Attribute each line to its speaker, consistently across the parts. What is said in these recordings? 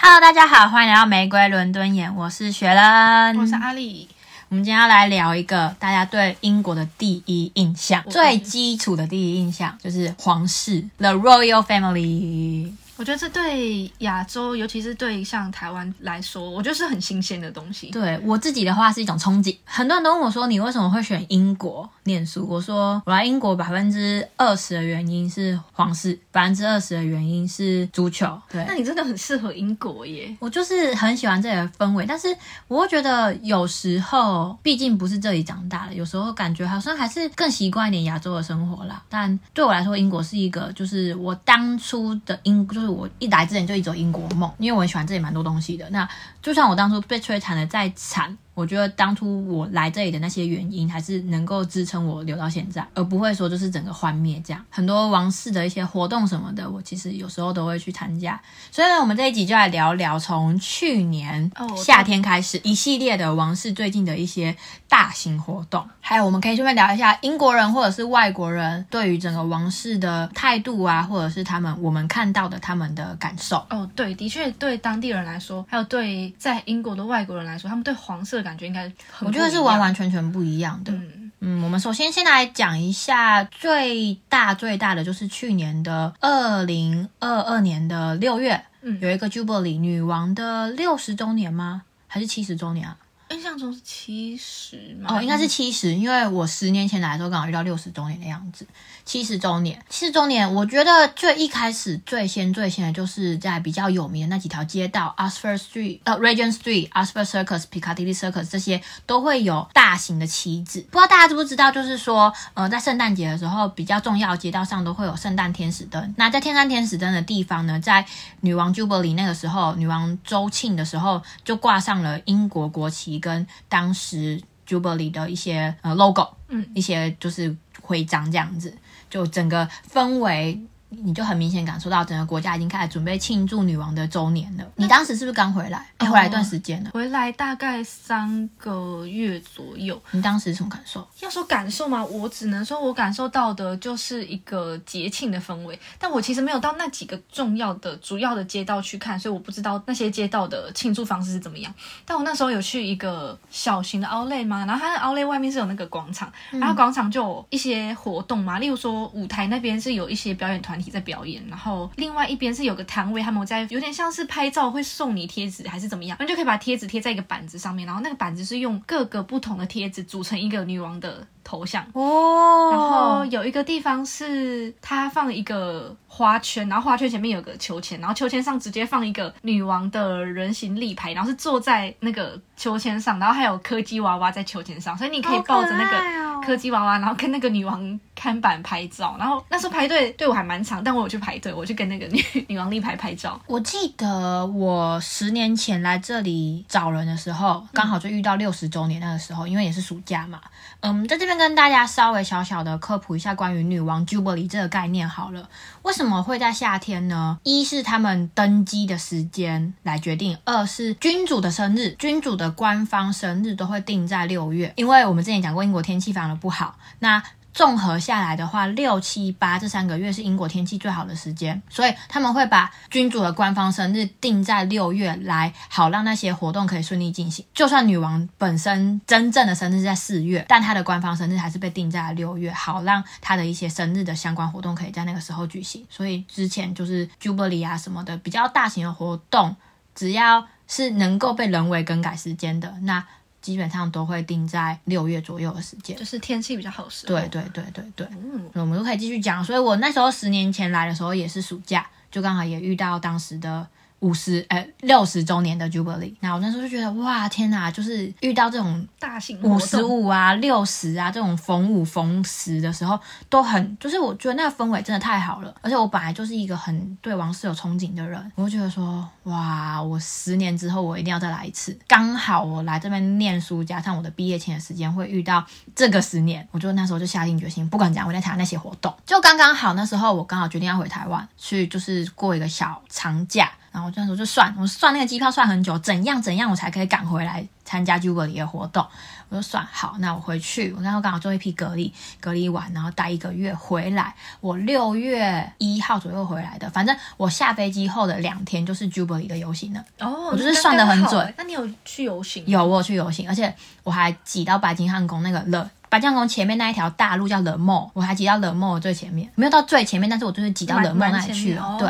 Speaker 1: Hello，大家好，欢迎来到玫瑰伦敦眼，我是雪人，
Speaker 2: 我是阿丽。
Speaker 1: 我们今天要来聊一个大家对英国的第一印象，最基础的第一印象就是皇室 （The Royal Family）。
Speaker 2: 我觉得这对亚洲，尤其是对像台湾来说，我觉得是很新鲜的东西。
Speaker 1: 对我自己的话是一种憧憬。很多人都问我说：“你为什么会选英国念书？”我说：“我来英国百分之二十的原因是皇室，百分之二十的原因是足球。”对，
Speaker 2: 那你真的很适合英国耶。
Speaker 1: 我就是很喜欢这里的氛围，但是我会觉得有时候，毕竟不是这里长大的，有时候感觉好像还是更习惯一点亚洲的生活啦。但对我来说，英国是一个，就是我当初的英，就是我一来之前就一直有英国梦，因为我很喜欢这里蛮多东西的。那就算我当初被摧残的再惨，我觉得当初我来这里的那些原因，还是能够支撑我留到现在，而不会说就是整个幻灭这样。很多王室的一些活动什么的，我其实有时候都会去参加。所以呢，我们这一集就来聊聊从去年
Speaker 2: 哦我懂
Speaker 1: 夏天开始一系列的王室最近的一些大型活动，还有我们可以顺便聊一下英国人或者是外国人对于整个王室的态度啊，或者是他们我们看到的他们的感受。
Speaker 2: 哦，对，的确对当地人来说，还有对在英国的外国人来说，他们对黄色的感觉应该很
Speaker 1: 我觉得是
Speaker 2: 不一
Speaker 1: 完
Speaker 2: 样
Speaker 1: 完全全不一样的。
Speaker 2: 嗯，
Speaker 1: 嗯，我们首先先来讲一下最大最大的，就是去年的二零二二年的六月，
Speaker 2: 嗯
Speaker 1: 有一个 Jubilee 女王的六十周年吗？还是七十周年啊？
Speaker 2: 印象中是七十嘛？嗯
Speaker 1: 哦，应该是七十，因为我十年前来的时候刚好遇到六十周年的样子，七十周年，七十周年，我觉得最一开始最先最先的就是在比较有名的那几条街道，Oxford Street、呃 Regent Street、Oxford Circus、Piccadilly Circus 这些都会有大型的旗帜。不知道大家知不知道，就是说，呃，在圣诞节的时候，比较重要的街道上都会有圣诞天使灯。那在天山天使灯的地方呢，在女王 Jubilee 那个时候，女王周庆的时候，就挂上了英国国旗跟当时 Jubilee 的一些呃 logo，
Speaker 2: 嗯，
Speaker 1: 一些就是徽章这样子，就整个氛围。你就很明显感受到整个国家已经开始准备庆祝女王的周年了。你当时是不是刚回来？哎、回来一段时间了。
Speaker 2: 回来大概三个月左右。
Speaker 1: 你当时什么感受？
Speaker 2: 要说感受嘛，我只能说我感受到的就是一个节庆的氛围，但我其实没有到那几个重要的、主要的街道去看，所以我不知道那些街道的庆祝方式是怎么样。但我那时候有去一个小型的 Outlet 嘛，然后它的 Outlet 外面是有那个广场，然后广场就有一些活动嘛，例如说舞台那边是有一些表演团体在表演，然后另外一边是有个摊位，他们在有点像是拍照会送你贴纸还是怎么样，那就可以把贴纸贴在一个板子上面，然后那个板子是用各个不同的贴纸组成一个女王的头像。
Speaker 1: 哦，
Speaker 2: 然后有一个地方是它放一个花圈，然后花圈前面有个秋千，然后秋千上直接放一个女王的人形立牌，然后是坐在那个秋千上，然后还有柯基娃娃在秋千上，所以你哦可以抱着那个柯基娃娃，然后跟那个女王看板拍照。然后那时候排队对我还蛮长，但我有去排队，我去跟那个女 女王立牌拍照。
Speaker 1: 我记得我十年前来这里找人的时候，刚好就遇到六十周年那个时候，因为也是暑假嘛。嗯，在这边跟大家稍微小小的科普一下关于女王 Jubilee 这个概念好了。为什么会在夏天呢？一是他们登基的时间来决定，二是君主的生日，君主的官方生日都会定在六月，因为我们之前讲过英国天气非常的不好，那。综合下来的话，六七八这三个月是英国天气最好的时间，所以他们会把君主的官方生日定在六月来，好让那些活动可以顺利进行。就算女王本身真正的生日是在四月，但她的官方生日还是被定在了六月，好让她的一些生日的相关活动可以在那个时候举行。所以之前就是 Jubilee 啊什么的比较大型的活动，只要是能够被人为更改时间的，那基本上都会定在六月左右的时间。
Speaker 2: 就是天气比较好的时候，
Speaker 1: 对对对对对，
Speaker 2: 嗯，
Speaker 1: 我们都可以继续讲。所以我那时候十年前来的时候也是暑假，就刚好也遇到当时的五十呃六十周年的 Jubilee。那我那时候就觉得哇天哪，就是遇到这种
Speaker 2: 大型活
Speaker 1: 五
Speaker 2: 动
Speaker 1: 十五啊、六十啊这种逢五逢十的时候，都很就是我觉得那个氛围真的太好了。而且我本来就是一个很对王室有憧憬的人，我就觉得说哇，我十年之后我一定要再来一次。刚好我来这边念书，加上我的毕业前的时间会遇到这个十年，我就那时候就下定决心，不管怎样，我在台湾那些活动就刚刚好。那时候我刚好决定要回台湾去，就是过一个小长假。然后我那时候就算，我算那个机票算很久，怎样怎样我才可以赶回来参加 Jubilee 的活动。我就算好，那我回去，我那时候刚好做一批隔离，隔离完然后待一个月回来，我六月一号左右回来的，反正我下飞机后的两天就是 Jubilee 的游行了。
Speaker 2: 哦，
Speaker 1: 我就是
Speaker 2: 那
Speaker 1: 算得
Speaker 2: 刚
Speaker 1: 很
Speaker 2: 好
Speaker 1: 准
Speaker 2: 欸。那你有去游行？
Speaker 1: 有我有去游行，而且我还挤到白金汉宫那个了。白金汉宫前面那一条大路叫冷漠，我还挤到冷漠的最前面，没有到最前面，但是我就是挤到
Speaker 2: 蛮
Speaker 1: 冷漠
Speaker 2: 蛮
Speaker 1: 那里
Speaker 2: 前
Speaker 1: 去
Speaker 2: 面
Speaker 1: 了。
Speaker 2: 哦
Speaker 1: 对，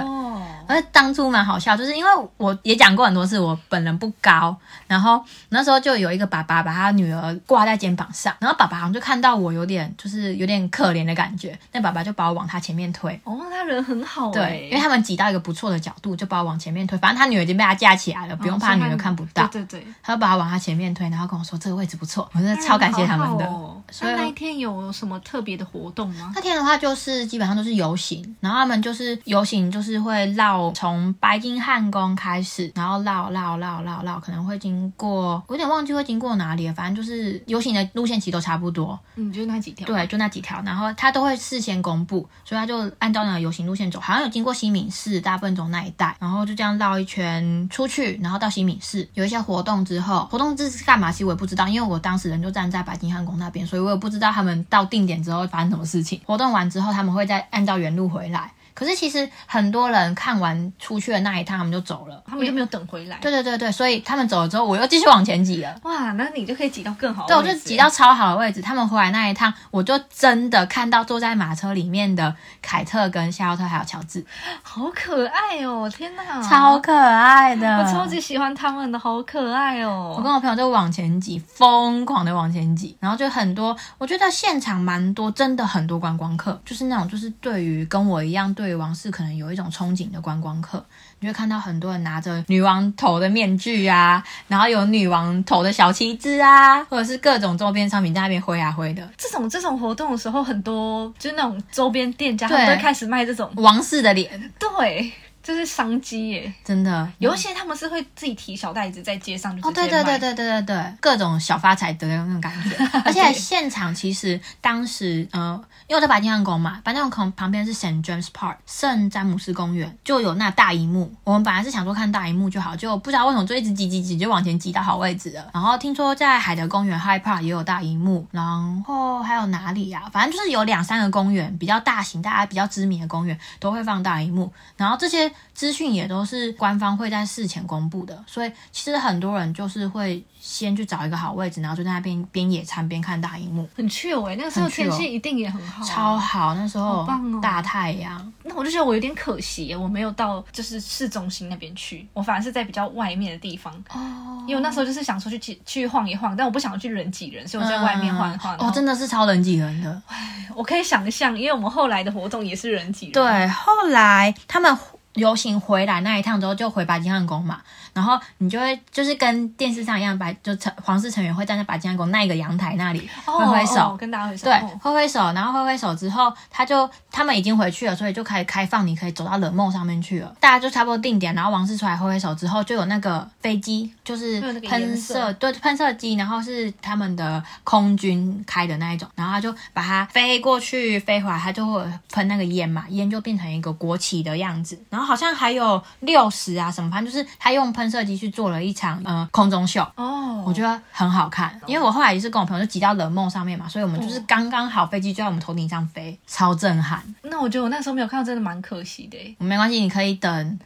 Speaker 1: 而且当初蛮好笑，就是因为我也讲过很多次，我本人不高，然后那时候就有一个爸爸把他女儿挂在肩膀上，然后爸爸好像就看到我有点就是有点可怜的感觉，那爸爸就把我往他前面推。
Speaker 2: 哦，他人很好
Speaker 1: 对，
Speaker 2: 欸
Speaker 1: 因为他们挤到一个不错的角度，就把我往前面推。反正他女儿已经被他架起来了，不用
Speaker 2: 哦
Speaker 1: 怕
Speaker 2: 所以
Speaker 1: 女
Speaker 2: 他
Speaker 1: 儿
Speaker 2: 们
Speaker 1: 看不到。
Speaker 2: 对对对，
Speaker 1: 他就把他往他前面推，然后跟我说这个位置不错，我真的
Speaker 2: 那
Speaker 1: 超
Speaker 2: 人
Speaker 1: 感谢他
Speaker 2: 好
Speaker 1: 们的。
Speaker 2: 好哦
Speaker 1: 所以
Speaker 2: 那那
Speaker 1: 我
Speaker 2: 一天有什么特别的活动吗？
Speaker 1: 那天的话就是基本上都是游行，然后他们就是游行就是会绕从白金汉宫开始，然后绕绕绕绕绕，可能会经过，我有点忘记会经过哪里了，反正就是游行的路线其实都差不多，
Speaker 2: 你就那几条？
Speaker 1: 对，就那几条，然后他都会事先公布，所以他就按照那个游行路线走，好像有经过西敏寺、大笨钟那一带，然后就这样绕一圈出去，然后到西敏寺有一些活动之后，活动这是干嘛？其实我也不知道，因为我当时人就站在白金汉宫那边，所以我也不知道他们到定点之后会发生什么事情。活动完之后，他们会再按照原路回来。可是其实很多人看完出去的那一趟，他们就走了。
Speaker 2: 他们就没有等回来。
Speaker 1: 对对对对，所以他们走了之后，我又继续往前挤了。
Speaker 2: 哇，那你就可以挤到更好的
Speaker 1: 对，我
Speaker 2: 位
Speaker 1: 就
Speaker 2: 置
Speaker 1: 挤
Speaker 2: 欸
Speaker 1: 到超好的位置。他们回来那一趟，我就真的看到坐在马车里面的凯特、跟夏洛特还有乔治，
Speaker 2: 好可爱哦！天哪，
Speaker 1: 超可爱的。
Speaker 2: 我超级喜欢他们的，好可爱
Speaker 1: 我
Speaker 2: 哦。
Speaker 1: 跟我朋友就往前挤，疯狂的往前挤，然后就很多，我觉得现场蛮多，真的很多观光客，就是那种就是对于跟我一样对于王室可能有一种憧憬的观光客，你就会看到很多人拿着女王头的面具啊，然后有女王头的小旗帜啊，或者是各种周边商品在那边挥啊挥的，
Speaker 2: 这种这种活动的时候，很多就是那种周边店家，他
Speaker 1: 对
Speaker 2: 们都会开始卖这种，
Speaker 1: 王室的脸，
Speaker 2: 对，就是商机耶。
Speaker 1: 真的
Speaker 2: 有一些他们是会自己提小袋子在街上就
Speaker 1: 哦，
Speaker 2: 直接
Speaker 1: 对对对
Speaker 2: 卖
Speaker 1: 对对对对，各种小发财的那种感 觉，而且现场其实当时，呃，因为我在白金汉宫嘛，白金汉宫旁边是 St James Park 圣詹姆斯公园，就有那大荧幕。我们本来是想说看大荧幕就好，就不知道为什么就一直挤挤挤，就往前挤到好位置了。然后听说在海德公园 High Park 也有大荧幕，然后还有哪里呀、反正就是有两三个公园比较大型、大家比较知名的公园都会放大荧幕。然后这些资讯也都是官方会在事前公布的，所以其实很多人就是会先去找一个好位置，然后就在那边边野餐边看大荧幕，
Speaker 2: 很 chill 哎、那个时候
Speaker 1: 很 chill
Speaker 2: 天气一定也很好、啊
Speaker 1: 超。好。那时候
Speaker 2: 好棒哦
Speaker 1: 大太阳，
Speaker 2: 那我就觉得我有点可惜耶、我没有到就是市中心那边去，我反而是在比较外面的地方。哦，因为我那时候就是想说去去去晃一晃，但我不想要去人挤人，所以我在外面晃一晃。
Speaker 1: 嗯哦，真
Speaker 2: 的，
Speaker 1: 的是超人挤人的。
Speaker 2: 嗯我可以想象，因为我们后来的活动也是人挤人。
Speaker 1: 对，后来他们游行回来那一趟之后，就回白金汉宫嘛，然后你就会就是跟电视上一样，白就成皇室成员会站在白金汉宫那一个阳台那里
Speaker 2: 哦，
Speaker 1: 挥挥手。
Speaker 2: 哦跟大家挥手。
Speaker 1: 对
Speaker 2: 哦，
Speaker 1: 挥挥手，然后挥挥手之后，他就他们已经回去了，所以就可以开放，你可以走到冷梦上面去了。大家就差不多定点，然后王室出来挥挥手之后，就有那个飞机，就是
Speaker 2: 会有那个
Speaker 1: 喷
Speaker 2: 颜
Speaker 1: 射，
Speaker 2: 色
Speaker 1: 对，喷射机，然后是他们的空军开的那一种，然后他就把它飞过去，飞回来，它就会喷那个烟嘛，烟就变成一个国旗的样子。然后好像还有六十啊什么，反正就是他用喷射机去做了一场呃空中秀。
Speaker 2: 哦，
Speaker 1: 我觉得很好看，因为我后来也是跟我朋友就挤到冷梦上面嘛，所以我们就是
Speaker 2: 嗯
Speaker 1: 刚刚好飞机就在我们头顶上飞，超震撼。
Speaker 2: 那我觉得我那时候没有看到，真的蛮可惜的耶。
Speaker 1: 我没关系，你可以等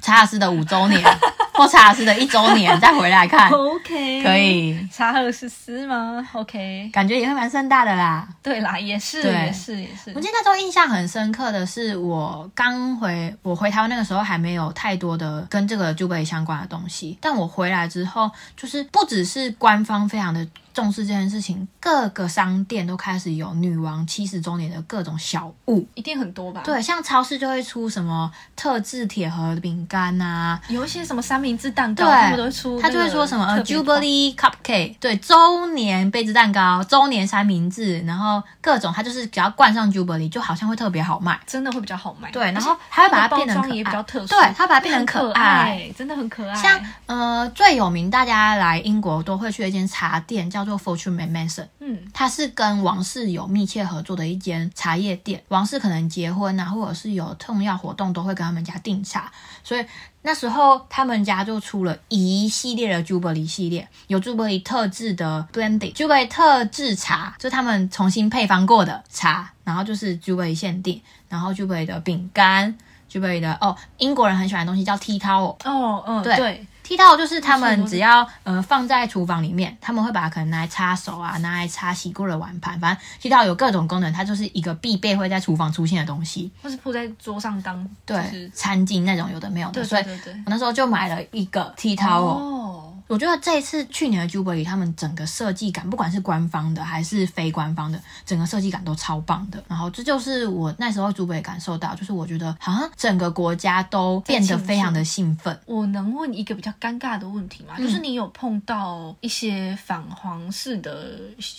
Speaker 1: 查尔斯的五周年或查尔斯的一周年再回来 看，
Speaker 2: OK，
Speaker 1: 可。以，
Speaker 2: 查尔斯斯吗？OK，
Speaker 1: 感觉也会蛮盛大的啦。
Speaker 2: 对啦，也是，
Speaker 1: 对
Speaker 2: 也是，也是
Speaker 1: 我。记得那时候印象很深刻的是，我刚回我回台湾那个时候还没有太多的跟这个 Jubilee 相关的东西，但我回来之后，就是不只是官方非常的重视这件事情，各个商店都开始有女王七十周年的各种小物。
Speaker 2: 一定很多吧？，
Speaker 1: 对，像超市就会出什么特制铁盒饼干啊，
Speaker 2: 有一些什么三明治蛋糕，
Speaker 1: 对
Speaker 2: 他们都会出哦那
Speaker 1: 他
Speaker 2: 个特别
Speaker 1: 就会
Speaker 2: 款，
Speaker 1: 说什么呃 Jubilee Cupcake，对，周年杯子蛋糕、周年三明治，然后各种，它就是只要冠上 Jubilee，就好像会特别好卖。
Speaker 2: 真的会比较好卖。
Speaker 1: 对，然
Speaker 2: 而且
Speaker 1: 后还会把
Speaker 2: 它
Speaker 1: 它
Speaker 2: 的
Speaker 1: 变得
Speaker 2: 包
Speaker 1: 很
Speaker 2: 装
Speaker 1: 可
Speaker 2: 也比
Speaker 1: 爱
Speaker 2: 较特殊，
Speaker 1: 对，它会把它变得很可
Speaker 2: 很
Speaker 1: 爱。
Speaker 2: 爱，真的很可爱。
Speaker 1: 像呃，最有名，大家来英国都会去的一间茶店叫叫做 Fortune Mansion，
Speaker 2: 嗯，
Speaker 1: 它是跟王室有密切合作的一间茶叶店。王室可能结婚啊，或者是有重要活动，都会跟他们家订茶。所以那时候他们家就出了一系列的 Jubilee 系列，有 Jubilee 特制的 blending，Jubilee 特制茶，就是他们重新配方过的茶，然后就是 Jubilee 限定，然后 Jubilee 的饼干，Jubilee 的哦，英国人很喜欢的东西叫 tea towel。
Speaker 2: 哦，嗯，
Speaker 1: 对
Speaker 2: 对，
Speaker 1: 剃刀就是他们
Speaker 2: 都是
Speaker 1: 只要呃放在厨房里面，他们会把它可能拿来擦手啊，拿来擦洗过的碗盘，反正剃刀有各种功能，它就是一个必备会在厨房出现的东西。
Speaker 2: 或是铺在桌上当，
Speaker 1: 对，
Speaker 2: 就是
Speaker 1: 餐巾那种有的没有的，
Speaker 2: 对
Speaker 1: 所以
Speaker 2: 对对对
Speaker 1: 我，那时候就买了一个剃刀哦。
Speaker 2: 哦，
Speaker 1: 我觉得这一次去年的 Jubilee 他们整个设计感，不管是官方的还是非官方的，整个设计感都超棒的。然后这就是我那时候 Jubilee 感受到，就是我觉得好像整个国家都变得非常的兴奋。
Speaker 2: 我能问一个比较尴尬的问题吗？
Speaker 1: 嗯
Speaker 2: 就是你有碰到一些反皇室的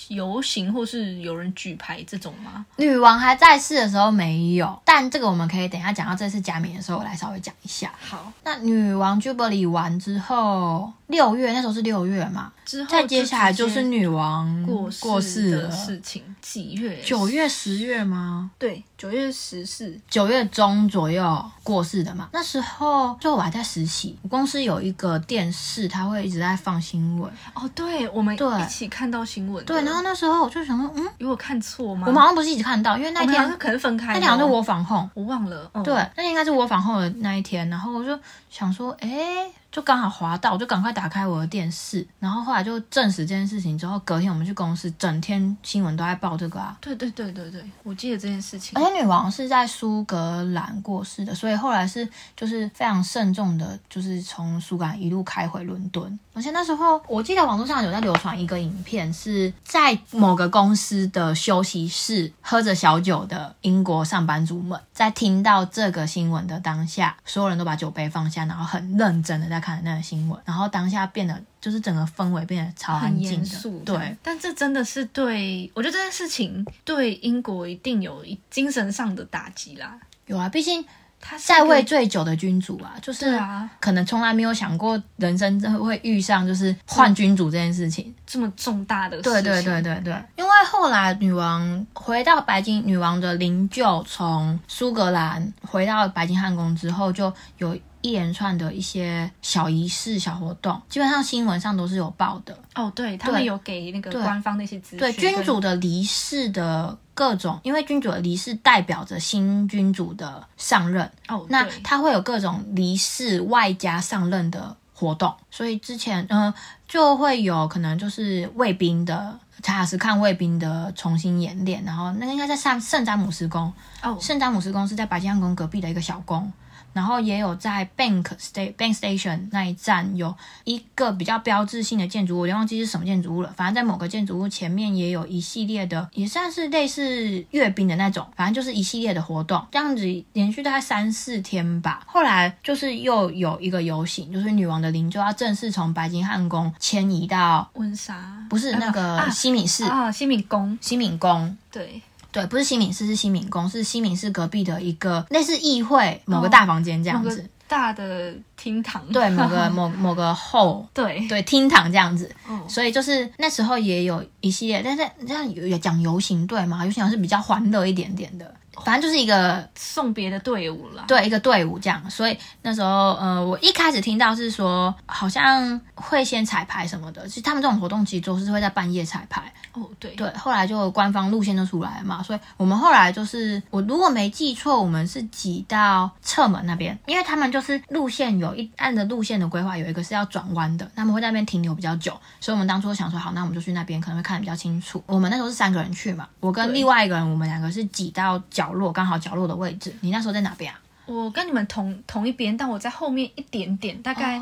Speaker 2: 游行，或是有人举牌这种吗？
Speaker 1: 女王还在世的时候没有，但这个我们可以等一下讲到这次加冕的时候，我来稍微讲一下。
Speaker 2: 好，
Speaker 1: 那女王 Jubilee 完之后，六月那时候是六月嘛，
Speaker 2: 之后
Speaker 1: 再接下来就
Speaker 2: 直
Speaker 1: 是
Speaker 2: 接
Speaker 1: 女王
Speaker 2: 过
Speaker 1: 过世
Speaker 2: 的
Speaker 1: 了，
Speaker 2: 事情，几月？
Speaker 1: 九月十月吗？
Speaker 2: 对，九月十四。
Speaker 1: 九月中左右过世的嘛。那时候就我还在实习，我公司有一个电视，它会一直在放新闻。
Speaker 2: 哦，对，我们
Speaker 1: 对
Speaker 2: 一起看到新闻的。
Speaker 1: 对，然后那时候我就想说，嗯，
Speaker 2: 有我看错吗？
Speaker 1: 我们好像不是一起看到，因为那
Speaker 2: 我们好
Speaker 1: 天
Speaker 2: 像可能分开
Speaker 1: 那
Speaker 2: 的哦。
Speaker 1: 天好像是我访控。
Speaker 2: 我忘了。嗯、
Speaker 1: 对，，那天应该是我访后的那一天，然后我就想说，哎、就刚好滑到，我就赶快打开我的电视，然后后来就证实这件事情之后，隔天我们去公司，整天新闻都在报这个啊。
Speaker 2: 对对对对对，我记得这件事情
Speaker 1: 而。且女王是在苏格兰过世的，所以后来是就是非常慎重的，就是从苏格兰一路开回伦敦。而且那时候我记得网络上有在流传一个影片，是在某个公司的休息室喝着小酒的英国上班族们，在听到这个新闻的当下，所有人都把酒杯放下，然后很认真的在看那个新闻，然后当下变得就是整个氛围变得超安
Speaker 2: 很
Speaker 1: 静
Speaker 2: 严
Speaker 1: 的，
Speaker 2: 肃，
Speaker 1: 对。，
Speaker 2: 但这真的是对我觉得这件事情对英国一定有一精神上的打击啦。
Speaker 1: 有啊，毕竟
Speaker 2: 他是一个
Speaker 1: 在位最久的君主啊，就是
Speaker 2: 对啊，
Speaker 1: 可能从来没有想过人生会遇上就是换君主这件事情。
Speaker 2: 这么重大的事情，
Speaker 1: 对对对对对，因为后来女王回到白金，女王的灵柩从苏格兰回到白金汉宫之后，就有一连串的一些小仪式、小活动，基本上新闻上都是有报的。
Speaker 2: 哦，对他们有给那个
Speaker 1: 对
Speaker 2: 官方那些资讯，
Speaker 1: 对君
Speaker 2: 跟
Speaker 1: 主的离世的各种，因为君主的离世代表着新君主的上任，
Speaker 2: 哦，
Speaker 1: 那
Speaker 2: 对
Speaker 1: 它会有各种离世外加上任的活动，所以之前嗯、呃就会有可能就是卫兵的查尔斯看卫兵的重新演练，然后那个应该在上圣詹姆斯宫，
Speaker 2: 哦
Speaker 1: 圣詹姆斯宫是在白金汉宫隔壁的一个小宫。然后也有在 Bank Sta Bank Station 那一站有一个比较标志性的建筑物，我有点忘记是什么建筑物了。反正在某个建筑物前面也有一系列的，也算是类似阅兵的那种，反正就是一系列的活动，这样子连续大概三四天吧。后来就是又有一个游行，就是女王的灵柩要正式从白金汉宫迁移到
Speaker 2: 温莎
Speaker 1: 不是
Speaker 2: 啊
Speaker 1: 那个
Speaker 2: 啊
Speaker 1: 西敏寺、
Speaker 2: 啊西敏宫，
Speaker 1: 西敏宫，
Speaker 2: 对
Speaker 1: 对，不是西敏寺，是西敏宫，是西敏寺隔壁的一个类似议会某个大房间这样
Speaker 2: 哦某
Speaker 1: 子，
Speaker 2: 个大的厅堂，
Speaker 1: 对，某个某某个后。
Speaker 2: 对
Speaker 1: 对厅堂这样子，
Speaker 2: 哦
Speaker 1: 所以就是那时候也有一系列，但是这样有有讲游行队嘛，游行是比较欢乐一点点的，反正就是一个
Speaker 2: 送别的队伍啦，
Speaker 1: 对一个队伍这样。所以那时候，呃，我一开始听到是说好像会先彩排什么的，其实他们这种活动其实都是会在半夜彩排，
Speaker 2: 哦对
Speaker 1: 对，后来就官方路线就出来了嘛，所以我们后来就是，我如果没记错，我们是挤到侧门那边，因为他们就是路线有一按着路线的规划，有一个是要转弯的，他们会在那边停留比较久，所以我们当初想说，好，那我们就去那边，可能会看得比较清楚。我们那时候是三个人去嘛，我跟
Speaker 2: 对
Speaker 1: 另外一个人，我们两个是挤到角落，刚好角落的位置。你那时候在哪边啊？
Speaker 2: 我跟你们同同一边，但我在后面一点点，大概、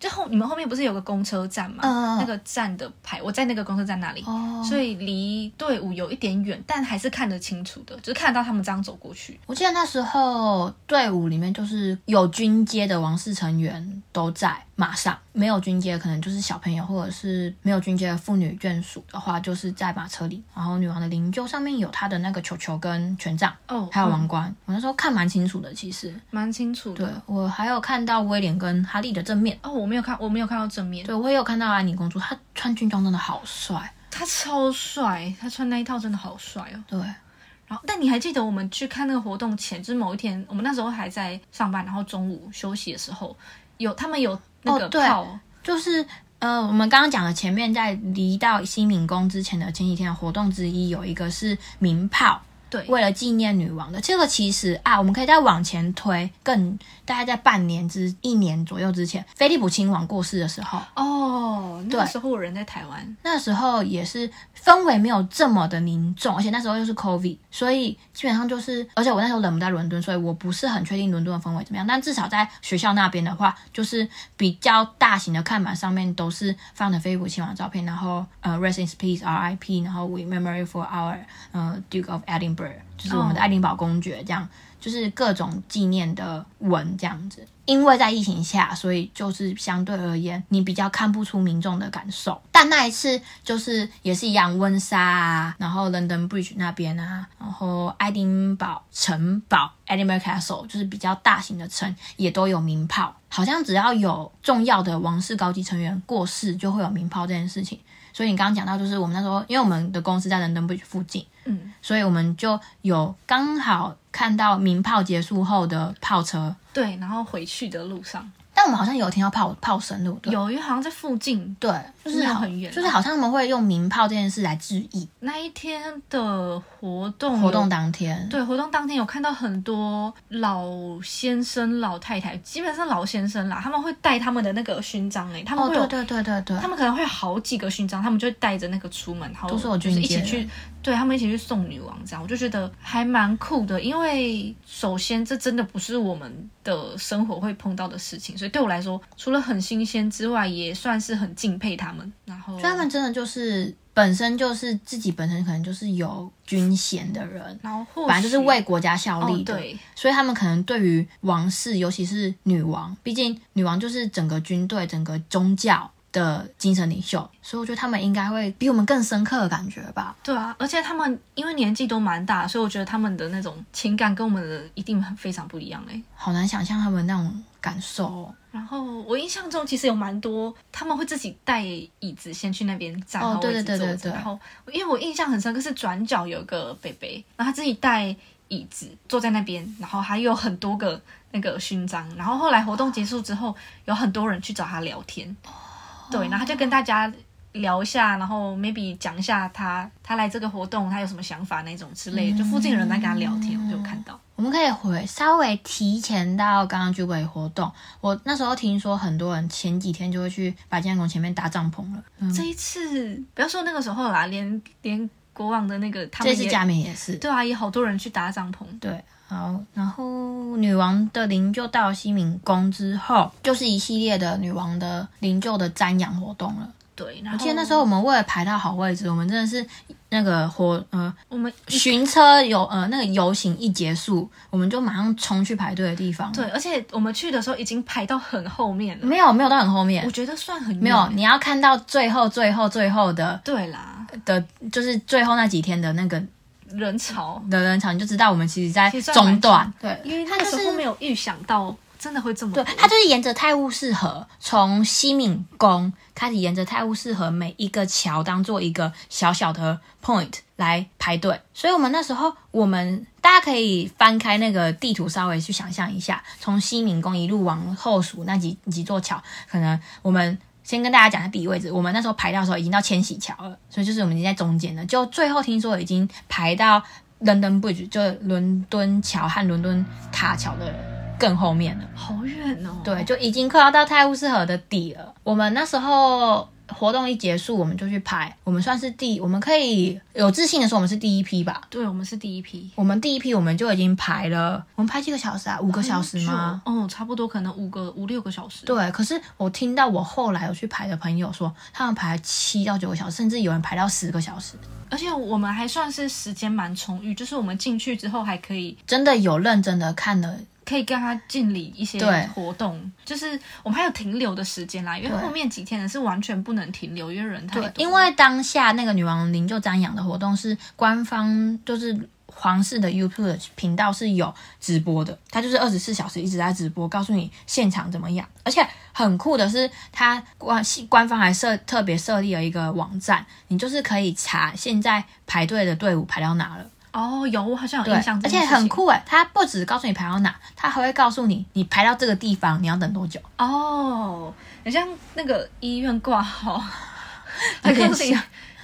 Speaker 2: 就后你们后面不是有个公车站吗？
Speaker 1: 哦嗯嗯嗯
Speaker 2: 那个站的牌，我在那个公车站那里，
Speaker 1: 哦
Speaker 2: 所以离队伍有一点远，但还是看得清楚的，就是看得到他们这样走过去。
Speaker 1: 我记得那时候队伍里面就是有军阶的王室成员都在马上，没有军阶可能就是小朋友或者是没有军阶的妇女眷属的话，就是在马车里。然后女王的灵柩上面有她的那个球球跟权杖，
Speaker 2: 哦，
Speaker 1: 还有
Speaker 2: 嗯
Speaker 1: 王冠。我那时候看蛮清楚的，其实
Speaker 2: 蛮清楚
Speaker 1: 对
Speaker 2: 的。
Speaker 1: 我还有看到威廉跟哈利的正面，
Speaker 2: 哦，我没有看，我没有看到正面。
Speaker 1: 对我也有看到安妮公主，她穿军装真的好帅。
Speaker 2: 他超帅，他穿那一套真的好帅哦。
Speaker 1: 对，
Speaker 2: 然后，但你还记得我们去看那个活动前，就是某一天，我们那时候还在上班，然后中午休息的时候，有他们有那个
Speaker 1: 哦对
Speaker 2: 炮，
Speaker 1: 就是呃，我们刚刚讲的前面在离到西敏宫之前的前几天的活动之一，有一个是鸣炮。
Speaker 2: 对
Speaker 1: 为了纪念女王的这个，其实啊，我们可以再往前推，更大概在半年之一年左右之前，菲利普亲王过世的时候，
Speaker 2: 哦，那个
Speaker 1: 对
Speaker 2: 时候我人在台湾，
Speaker 1: 那时候也是氛围没有这么的凝重，而且那时候又是 COVID，所以基本上就是，而且我那时候人不在伦敦，所以我不是很确定伦敦的氛围怎么样。但至少在学校那边的话，就是比较大型的看板上面都是放的菲利普亲王的照片，然后呃 Rest in peace R.I.P.，然后 We memory for our 呃 Duke of Edinburgh，就是我们的
Speaker 2: 哦
Speaker 1: 爱丁堡公爵这样。就是各种纪念的文这样子。因为在疫情下，所以就是相对而言，你比较看不出民众的感受。但那一次就是也是一样，温莎啊，然后 London Bridge 那边啊，然后爱丁堡城堡 （Edinburgh Castle） 就是比较大型的城，也都有鸣炮。好像只要有重要的王室高级成员过世，就会有鸣炮这件事情。所以你刚刚讲到，就是我们那时候，因为我们的公司在 London Bridge 附近，
Speaker 2: 嗯，
Speaker 1: 所以我们就有刚好看到鸣炮结束后的炮车，
Speaker 2: 对，然后回去的路上
Speaker 1: 但我们好像有听到炮炮声，对不对？
Speaker 2: 有，因为好像在附近。
Speaker 1: 对，就是
Speaker 2: 没有
Speaker 1: 好
Speaker 2: 很远啊
Speaker 1: 就是好像他们会用鸣炮这件事来致意
Speaker 2: 那一天的活动有
Speaker 1: 活动当天。
Speaker 2: 对，活动当天有看到很多老先生、老太太，基本上老先生啦，他们会带他们的那个勋章诶、欸嗯他们
Speaker 1: 哦，
Speaker 2: 会有、
Speaker 1: 对对对对对
Speaker 2: 他，们可能会有好几个勋章，他们就会带着那个出门，然后
Speaker 1: 都是有
Speaker 2: 就
Speaker 1: 军
Speaker 2: 是一
Speaker 1: 阶
Speaker 2: 起
Speaker 1: 的
Speaker 2: 去，对他们一起去送女王这样，我就觉得还蛮酷的。因为首先这真的不是我们的生活会碰到的事情，所以对我来说，除了很新鲜之外，也算是很敬佩他们。然后
Speaker 1: 所以他们真的就是本身就是自己本身可能就是有军衔的人，
Speaker 2: 然后或
Speaker 1: 本来就是
Speaker 2: 许
Speaker 1: 为国家效
Speaker 2: 哦
Speaker 1: 力的，
Speaker 2: 对
Speaker 1: 所以他们可能对于王室，尤其是女王，毕竟女王就是整个军队、整个宗教的精神领袖，所以我觉得他们应该会比我们更深刻的感觉吧。
Speaker 2: 对啊，而且他们因为年纪都蛮大，所以我觉得他们的那种情感跟我们的一定很非常不一样哎、
Speaker 1: 好难想象他们那种感受、哦。
Speaker 2: 然后我印象中其实有蛮多，他们会自己带椅子先去那边站，
Speaker 1: 哦
Speaker 2: 然后
Speaker 1: 对
Speaker 2: 位置
Speaker 1: 对对
Speaker 2: 坐着
Speaker 1: 对对
Speaker 2: 然后因为我印象很深刻是转角有个北北，然后他自己带椅子坐在那边，然后还有很多个那个勋章。然后后来活动结束之后，有很多人去找他聊天，
Speaker 1: 哦
Speaker 2: 对，然后他就跟大家。聊一下，然后 maybe 讲一下他他来这个活动，他有什么想法那种之类的，就附近的人在跟他聊天，我就有看到。
Speaker 1: 我们可以回稍微提前到刚刚聚会活动。我那时候听说很多人前几天就会去白金汉宫前面搭帐篷了，嗯，
Speaker 2: 这一次不要说那个时候啦，连连国王的那个他
Speaker 1: 这
Speaker 2: 们
Speaker 1: 次
Speaker 2: 也
Speaker 1: 加冕也是。
Speaker 2: 对啊，也好多人去搭帐篷。
Speaker 1: 对，好，然后女王的灵柩到西敏宫之后，就是一系列的女王的灵柩的瞻仰活动了。
Speaker 2: 对，然后
Speaker 1: 我记得那时候我们为了排到好位置，我们真的是那个活呃
Speaker 2: 我们
Speaker 1: 巡车游呃那个游行一结束，我们就马上冲去排队的地方。
Speaker 2: 对，，而且我们去的时候已经排到很后面了，
Speaker 1: 没有没有到很后面
Speaker 2: 我，觉得算很远
Speaker 1: 没有，你要看到最后最后最后的
Speaker 2: 对啦，
Speaker 1: 的，就是最后那几天的那个
Speaker 2: 人潮
Speaker 1: 的人潮，你就知道我们其实在
Speaker 2: 其实算蛮
Speaker 1: 中段。对，
Speaker 2: 因为
Speaker 1: 它
Speaker 2: 那
Speaker 1: 就
Speaker 2: 个
Speaker 1: 是
Speaker 2: 时候没有预想到真的会这么
Speaker 1: 对
Speaker 2: 多，
Speaker 1: 它就是沿着泰晤士河，从西敏宫开始，沿着泰晤士河每一个桥当做一个小小的 point 来排队。所以我们那时候，我们大家可以翻开那个地图，稍微去想象一下，从西敏宫一路往后数那几几座桥，可能我们。先跟大家讲一下地理位置，我们那时候排到的时候已经到千禧桥了，所以就是我们已经在中间了。就最后听说已经排到 London Bridge，就伦敦桥和伦敦塔桥的更后面了。
Speaker 2: 好远哦。
Speaker 1: 对，就已经快要到泰晤士河的底了。我们那时候活动一结束，我们就去拍，我们算是第，我们可以有自信的说我们是第一批吧。
Speaker 2: 对，我们是第一批，
Speaker 1: 我们第一批我们就已经排了，我们排几个小时啊？五个小时吗？
Speaker 2: 很久？哦，差不多可能五个五六个小时。
Speaker 1: 对，可是我听到我后来有去排的朋友说，他们排了七到九个小时，甚至有人排到十个小时，
Speaker 2: 而且我们还算是时间蛮充裕，就是我们进去之后还可以
Speaker 1: 真的有认真的看了
Speaker 2: 可以跟他敬礼一些
Speaker 1: 对
Speaker 2: 活动，就是我们还有停留的时间啦，因为
Speaker 1: 对
Speaker 2: 后面几天呢是完全不能停留，因为人太多
Speaker 1: 对
Speaker 2: 了。，
Speaker 1: 因为当下那个女王灵柩瞻仰的活动是官方，就是皇室的 YouTube 的频道是有直播的，它就是二十四小时一直在直播，告诉你现场怎么样。而且很酷的是，它官官方还设特别设立了一个网站，你就是可以查现在排队的队伍排到哪了。
Speaker 2: 哦，有，我好像有
Speaker 1: 对
Speaker 2: 印象，，
Speaker 1: 而
Speaker 2: 这
Speaker 1: 且
Speaker 2: 件事情
Speaker 1: 很酷诶，它不止告诉你排到哪，它还会告诉你你排到这个地方你要等多久。
Speaker 2: 哦，很像那个医院挂号，
Speaker 1: 有
Speaker 2: 他
Speaker 1: 点
Speaker 2: 告诉你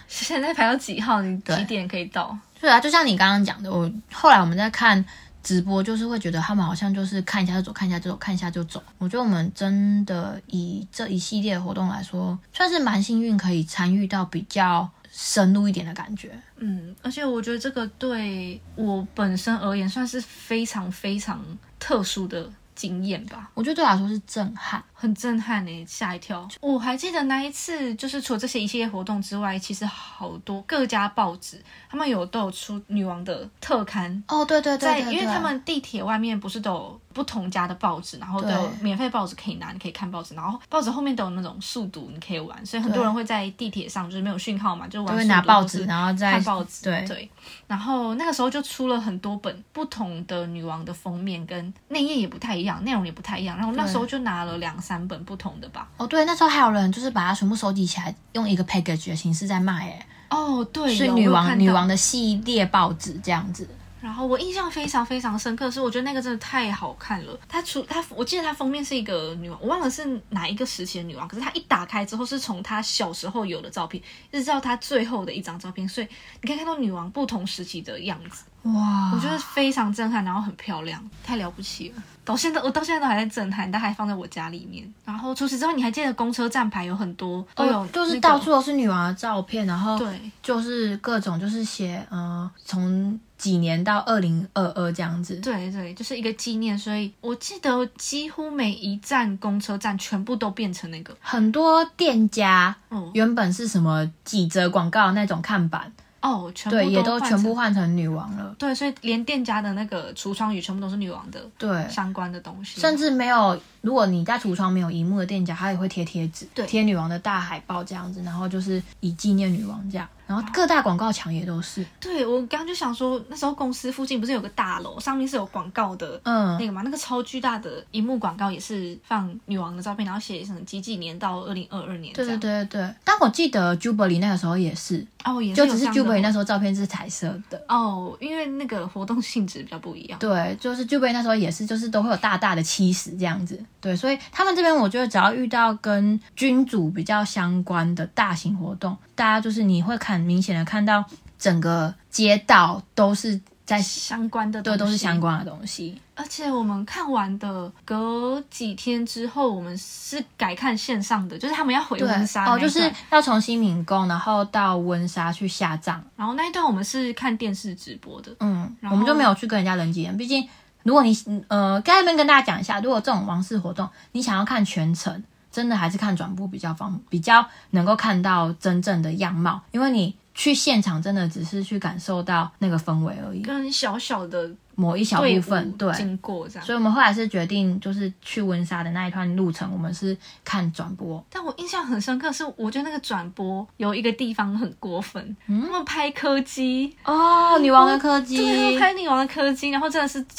Speaker 2: 现在排到几号，你几点可以到。
Speaker 1: 对啊，就像你刚刚讲的，我后来我们在看直播，就是会觉得他们好像就是看一下就走，看一下就走，看一下就走。我觉得我们真的以这一系列活动来说，算是蛮幸运，可以参与到比较深入一点的感觉。
Speaker 2: 嗯，而且我觉得这个对我本身而言算是非常非常特殊的经验吧，
Speaker 1: 我觉得对我来说是震撼。
Speaker 2: 很震撼诶、吓一跳。我还记得那一次，就是除了这些一系列活动之外，其实好多各家报纸他们有都有出女王的特刊，
Speaker 1: 哦，对对对
Speaker 2: 在，
Speaker 1: 对对
Speaker 2: 因为他们地铁外面不是都有不同家的报纸，然后都有
Speaker 1: 对
Speaker 2: 免费报纸可以拿，你可以看报纸，然后报纸后面都有那种速读，你可以玩，所以很多人会在地铁上就是没有讯号嘛，就玩
Speaker 1: 都会
Speaker 2: 速读
Speaker 1: 拿报
Speaker 2: 或
Speaker 1: 纸，
Speaker 2: 是
Speaker 1: 然后再
Speaker 2: 看报纸，
Speaker 1: 对
Speaker 2: 对。然后那个时候就出了很多本不同的女王的封面，跟内页也不太一样，内容也不太一样。然后那时候就拿了两三本不同的吧。
Speaker 1: 哦，对，那时候还有人就是把它全部收集起来，用一个 package 的形式在卖，哎，
Speaker 2: 哦，对，
Speaker 1: 是
Speaker 2: 有
Speaker 1: 女
Speaker 2: 我有
Speaker 1: 王
Speaker 2: 看到
Speaker 1: 女王的系列报纸这样子。
Speaker 2: 然后我印象非常非常深刻，是我觉得那个真的太好看了。它除它，我记得它封面是一个女王，我忘了是哪一个时期的女王，可是它一打开之后是从她小时候有的照片，一直到她最后的一张照片，所以你可以看到女王不同时期的样子，
Speaker 1: 哇，
Speaker 2: 我觉得非常震撼，然后很漂亮，太了不起了。到现在我到现在都还在震撼，但还放在我家里面。然后除此之外，你还记得公车站牌有很多都有、
Speaker 1: 哦，就是到处都是女王的照片，然后
Speaker 2: 对。
Speaker 1: 就是各种就是写，呃，从几年到二零二二这样子。
Speaker 2: 对对，就是一个纪念，所以我记得几乎每一站公车站全部都变成那个，
Speaker 1: 很多店家
Speaker 2: 嗯，
Speaker 1: 原本是什么几折广告那种看板，
Speaker 2: 哦，全部
Speaker 1: 对，也都全
Speaker 2: 换成
Speaker 1: 部换成女王了。
Speaker 2: 对，所以连店家的那个橱窗语全部都是女王的
Speaker 1: 对，
Speaker 2: 相关的东西，
Speaker 1: 甚至没有，如果你在橱窗没有荧幕的店家，他也会贴贴纸，
Speaker 2: 对
Speaker 1: 贴女王的大海报这样子，然后就是以纪念女王这样。然
Speaker 2: 啊
Speaker 1: 后各大广告墙也都是，
Speaker 2: 对我刚刚就想说，那时候公司附近不是有个大楼，上面是有广告的。
Speaker 1: 嗯
Speaker 2: 那，个嘛，那个超巨大的荧幕广告也是放女王的照片，然后写什么几几年到二零二二年
Speaker 1: 对
Speaker 2: 这
Speaker 1: 对
Speaker 2: 样。
Speaker 1: 对对对。但我记得 Jubilee 那个时候也是，
Speaker 2: 哦，也是
Speaker 1: 就
Speaker 2: 有
Speaker 1: 只
Speaker 2: 这
Speaker 1: 是
Speaker 2: 样的
Speaker 1: Jubilee 那时候照片是彩色的。
Speaker 2: 哦，因为那个活动性质比较不一样。
Speaker 1: 对，就是就被那时候也是，就是都会有大大的七十这样子。对，所以他们这边我觉得只要遇到跟君主比较相关的大型活动，大家就是你会看明显的看到整个街道都是在
Speaker 2: 相关的
Speaker 1: 对都
Speaker 2: 东
Speaker 1: 是
Speaker 2: 西
Speaker 1: 相关的东西。
Speaker 2: 而且我们看完的隔几天之后，我们是改看线上的，就是他们要回
Speaker 1: 对
Speaker 2: 温莎
Speaker 1: 哦，
Speaker 2: 那一
Speaker 1: 就是
Speaker 2: 段
Speaker 1: 要从西敏宫，然后到温莎去下葬。
Speaker 2: 然后那一段我们是看电视直播的，
Speaker 1: 嗯，
Speaker 2: 然
Speaker 1: 我们就
Speaker 2: 后
Speaker 1: 没有去跟人家人挤人，毕竟如果你呃，在这边跟大家讲一下，如果这种王室活动，你想要看全程，真的还是看转播比较方，比较能够看到真正的样貌，因为你去现场真的只是去感受到那个氛围而已，
Speaker 2: 跟小小的
Speaker 1: 某一小
Speaker 2: 队
Speaker 1: 部
Speaker 2: 伍
Speaker 1: 分对。
Speaker 2: 经过这样。
Speaker 1: 所以我们后来是决定，就是去温莎的那一段路程，我们是看转播。
Speaker 2: 但我印象很深刻是，我觉得那个转播有一个地方很过分，
Speaker 1: 嗯
Speaker 2: 他们拍柯基，
Speaker 1: 哦，女王的柯基，
Speaker 2: 对，他们拍女王的柯基，然后真的是。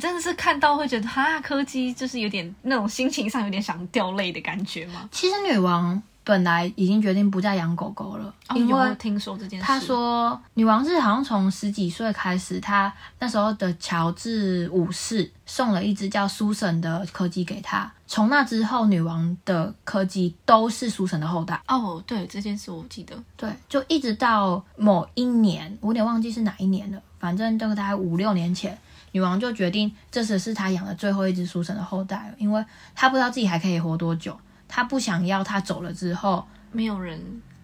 Speaker 2: 真的是看到会觉得哈，柯基就是有点那种心情上有点想掉泪的感觉吗？
Speaker 1: 其实女王本来已经决定不再养狗狗了，因
Speaker 2: 哦有
Speaker 1: 为
Speaker 2: 没有听说这件事？
Speaker 1: 他说，女王是好像从十几岁开始，她那时候的乔治五世送了一只叫苏神的柯基给她。从那之后，女王的柯基都是苏神的后代。
Speaker 2: 哦，对这件事我记得，
Speaker 1: 对，就一直到某一年，我有点忘记是哪一年了，反正这个大概五六年前，女王就决定这只是她养的最后一只苏神的后代了，因为她不知道自己还可以活多久，她不想要她走了之后
Speaker 2: 没有人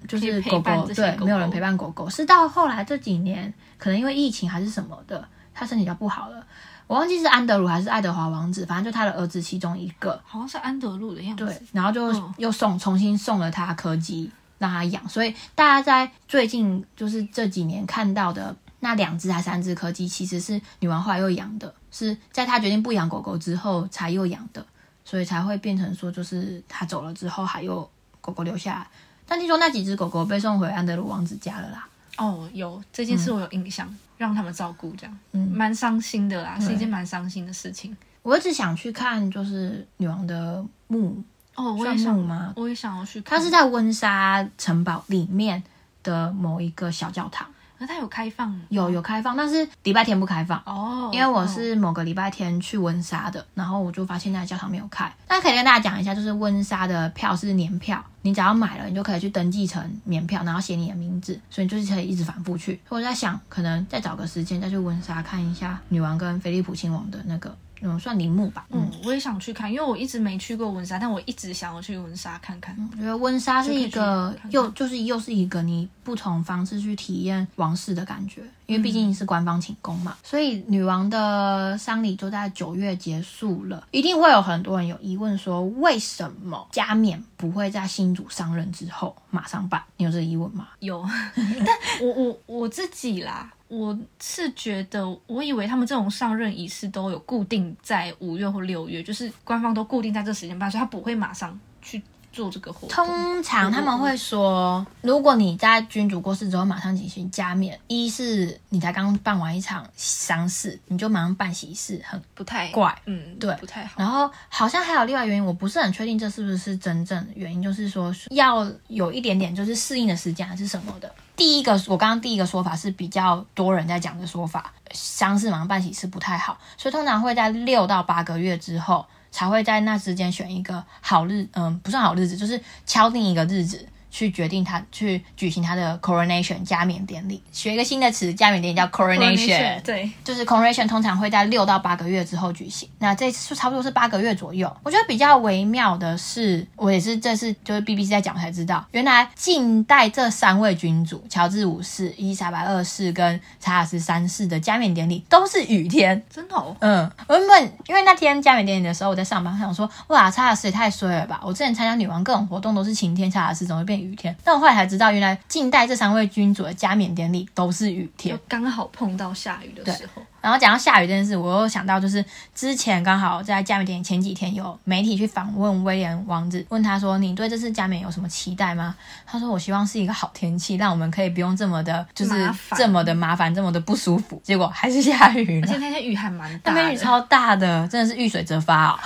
Speaker 1: 就是
Speaker 2: 可以
Speaker 1: 狗
Speaker 2: 陪伴
Speaker 1: 狗
Speaker 2: 这些
Speaker 1: 对，
Speaker 2: 狗狗
Speaker 1: 没有人陪伴狗狗，是到后来这几年，可能因为疫情还是什么的，他身体比较不好了。我忘记是安德鲁还是爱德华王子，反正就他的儿子其中一个，
Speaker 2: 好像是安德路的样子。
Speaker 1: 对，然后就
Speaker 2: 嗯
Speaker 1: 又送、重新送了他柯基让他养，所以大家在最近就是这几年看到的那两只还三只柯基，其实是女王后来又养的，是在她决定不养狗狗之后才又养的，所以才会变成说就是她走了之后还有狗狗留下来。但听说那几只狗狗被送回安德鲁王子家了啦，
Speaker 2: 哦，有这件事我有印象，让他们照顾这样，
Speaker 1: 嗯
Speaker 2: 蛮伤心的啦，是一件蛮伤心的事情。
Speaker 1: 我一直想去看，就是女王的墓，
Speaker 2: 哦，我也
Speaker 1: 算
Speaker 2: 想
Speaker 1: 墓吗？
Speaker 2: 我也想要去看，
Speaker 1: 它是在温莎城堡里面的某一个小教堂，
Speaker 2: 可是它有开放
Speaker 1: 有有开放，但是礼拜天不开放。
Speaker 2: 哦，
Speaker 1: 因为我
Speaker 2: 哦
Speaker 1: 是某个礼拜天去温莎的，然后我就发现那教堂没有开。但可以跟大家讲一下，就是温莎的票是年票，你只要买了，你就可以去登记成年票，然后写你的名字，所以你就是可以一直反复去。所以我在想，可能再找个时间再去温莎看一下女王跟菲利普亲王的那个，嗯，算陵墓吧。嗯
Speaker 2: 嗯，，我也想去看，因为我一直没去过温莎，但我一直想要去温莎看看。
Speaker 1: 我觉得温莎是一个
Speaker 2: 就可以去看看
Speaker 1: 又就是又是一个你不同方式去体验王室的感觉，因为毕竟是官方请宫嘛，所以女王的丧礼就在九月结束了。一定会有很多人有疑问说，为什么加冕不会在新主上任之后马上办？你有这个疑问吗？
Speaker 2: 有，但我我我自己啦，我是觉得，我以为他们这种上任仪式都有固定在五月或六月，就是官方都固定在这时间办，所以他不会马上去做这个活动。
Speaker 1: 通常他们会说，如果你在君主过世之后马上进行加冕，一是你才刚办完一场丧事，你就马上办喜事，很
Speaker 2: 不太
Speaker 1: 怪，
Speaker 2: 嗯，
Speaker 1: 对
Speaker 2: 不太好。
Speaker 1: 然后好像还有另外原因，我不是很确定这是不是真正的原因，就是说要有一点点就是适应的时间还是什么的。第一个，我刚刚第一个说法是比较多人在讲的说法，丧事马上办喜事不太好，所以通常会在六到八个月之后才会在那之间选一个好日，嗯，不算好日子，就是敲定一个日子。去决定他去举行他的 coronation 加冕典礼，学一个新的词，加冕典礼叫 coronation
Speaker 2: 对，
Speaker 1: 就是 coronation 通常会在六到八个月之后举行，那这次差不多是八个月左右。我觉得比较微妙的是，我也是这次就是 BBC 在讲我才知道，原来近代这三位君主乔治五世、伊丽莎白二世跟查尔斯三世的加冕典礼都是雨天。
Speaker 2: 真的哦，
Speaker 1: 嗯，我原本因为那天加冕典礼的时候我在上班，我想说哇，查尔斯也太衰了吧！我之前参加女王各种活动都是晴天，查尔斯怎么会变雨天？但我后来才知道，原来近代这三位君主的加冕典礼都是雨天
Speaker 2: 就。刚好碰到下雨的时候。
Speaker 1: 然后讲到下雨这件事，我又想到就是之前刚好在加冕典礼前几天有媒体去访问威廉王子，问他说：“你对这次加冕有什么期待吗？”他说：“我希望是一个好天气，让我们可以不用这么的，就是
Speaker 2: 麻烦
Speaker 1: 这么的麻烦，这么的不舒服。”结果还是下雨
Speaker 2: 而且
Speaker 1: 了。
Speaker 2: 那天雨还蛮
Speaker 1: 那
Speaker 2: 大
Speaker 1: 边
Speaker 2: 的，
Speaker 1: 雨 超大的，真的是遇水则发哦。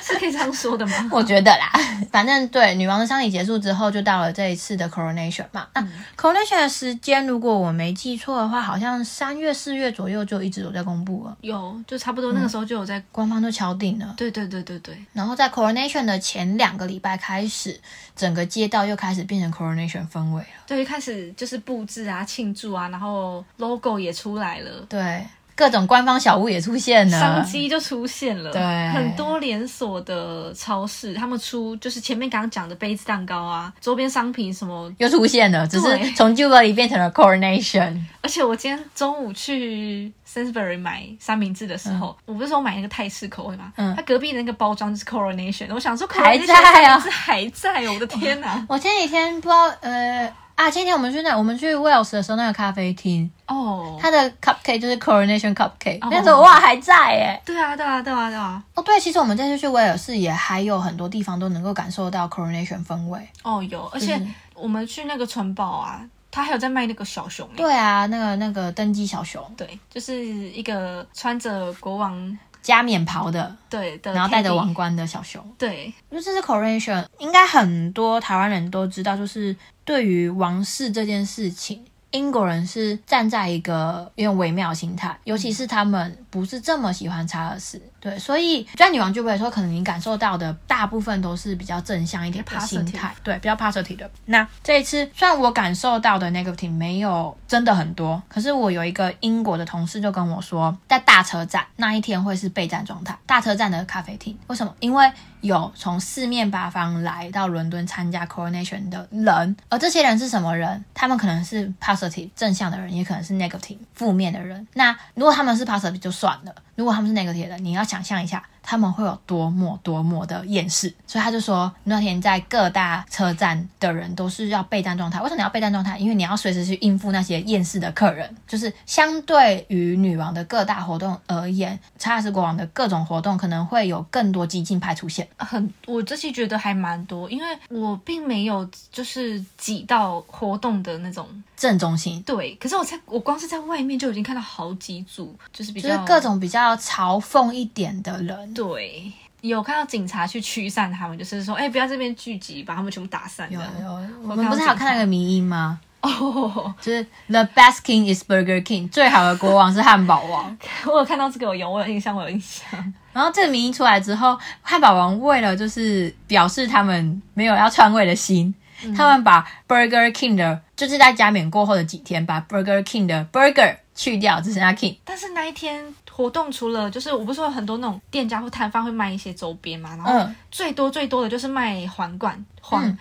Speaker 2: 是可以这样说的吗？
Speaker 1: 我觉得啦， 反正对女王的丧礼结束之后，就到了这一次的 coronation 嘛。那、coronation
Speaker 2: 嗯
Speaker 1: 的时间，如果我没记错的话，好像三月、四月左右就一直有在公布了。
Speaker 2: 有，就差不多那
Speaker 1: 嗯
Speaker 2: 个时候就有在。
Speaker 1: 官方都敲定了，
Speaker 2: 对对对对对，
Speaker 1: 然后在 coronation 的前两个礼拜开始，整个街道又开始变成 coronation 氛围了。
Speaker 2: 对，一开始就是布置啊、庆祝啊，然后 logo 也出来了。
Speaker 1: 对，各种官方小物也出现
Speaker 2: 商
Speaker 1: 了。
Speaker 2: 机就出现了。
Speaker 1: 对
Speaker 2: 很多连锁的超市，他们出就是前面刚刚讲的杯子蛋糕啊，周边商品什么。
Speaker 1: 又出现了，只是
Speaker 2: 对
Speaker 1: 从 Jubilee 变成了 Coronation。
Speaker 2: 而且我今天中午去 Sainsbury 买三明治的时候，我不是说买那个泰式口味吗？
Speaker 1: 嗯
Speaker 2: 它隔壁的那个包装就是 Coronation，我想说 Coronation
Speaker 1: 还在啊
Speaker 2: 三明治还在哦，我的天哪、
Speaker 1: 我前几天不知道，呃啊，前几天我们去那我们去 Wales 的时候，那个咖啡厅，
Speaker 2: 哦，
Speaker 1: 它的 cupcake 就是 Coronation cupcake，、
Speaker 2: 哦
Speaker 1: 那时候哇还在耶。
Speaker 2: 对啊，对啊，对啊，对啊，
Speaker 1: 哦，对，其实我们这次去威尔士也还有很多地方都能够感受到 Coronation 氛围。
Speaker 2: 哦有，而且我们去那个城堡啊，它还有在卖那个小熊、欸。
Speaker 1: 对啊，那个那个登基小熊
Speaker 2: 对，就是一个穿着国王
Speaker 1: 加冕袍的，
Speaker 2: 对的，
Speaker 1: 然后戴着王冠的小熊。
Speaker 2: 对，
Speaker 1: 就这是 coronation，应该很多台湾人都知道，就是对于王室这件事情，英国人是站在一个有点微妙的心态，尤其是他们不是这么喜欢查尔斯，对，所以在女王聚会的时候，可能你感受到的大部分都是比较正向一点的心态，对，比较 positive 的。那这一次，虽然我感受到的 negative 没有真的很多，可是我有一个英国的同事就跟我说，在大车站那一天会是备战状态，大车站的咖啡厅，为什么？因为有从四面八方来到伦敦参加 coronation 的人，而这些人是什么人？他们可能是 positive 正向的人，也可能是 negative 负面的人。那如果他们是 positive 就算了，如果他们是 negative 的，你要想象一下，他们会有多么多么的厌世。所以他就说，那天在各大车站的人都是要备战状态。为什么你要备战状态？因为你要随时去应付那些厌世的客人。就是相对于女王的各大活动而言，查尔斯国王的各种活动可能会有更多激进派出现。
Speaker 2: 很，我这期觉得还蛮多，因为我并没有就是挤到活动的那种。
Speaker 1: 正中心
Speaker 2: 对，可是我在我光是在外面就已经看到好几组，就是比
Speaker 1: 就
Speaker 2: 较
Speaker 1: 是各种比较嘲讽一点的人。
Speaker 2: 对。有看到警察去驱散他们，就是说，哎、不要这边聚集，把他们全部打散。
Speaker 1: 有
Speaker 2: 这样
Speaker 1: 有，
Speaker 2: 我
Speaker 1: 我们不是还有看到一个迷音吗？
Speaker 2: 哦，
Speaker 1: 就是 The best king is Burger King，最好的国王是汉堡王。
Speaker 2: 我有看到这个，我有，我有印象，我有印象。
Speaker 1: 然后这个名音出来之后，汉堡王为了就是表示他们没有要篡位的心，他们把 Burger King 的，就是在加冕过后的几天，把 Burger King 的 Burger 去掉，只剩下 King。
Speaker 2: 但是那一天活动除了就是，我不是有很多那种店家或摊贩会卖一些周边嘛，然后
Speaker 1: 嗯，
Speaker 2: 最多最多的就是卖皇冠、皇、
Speaker 1: 嗯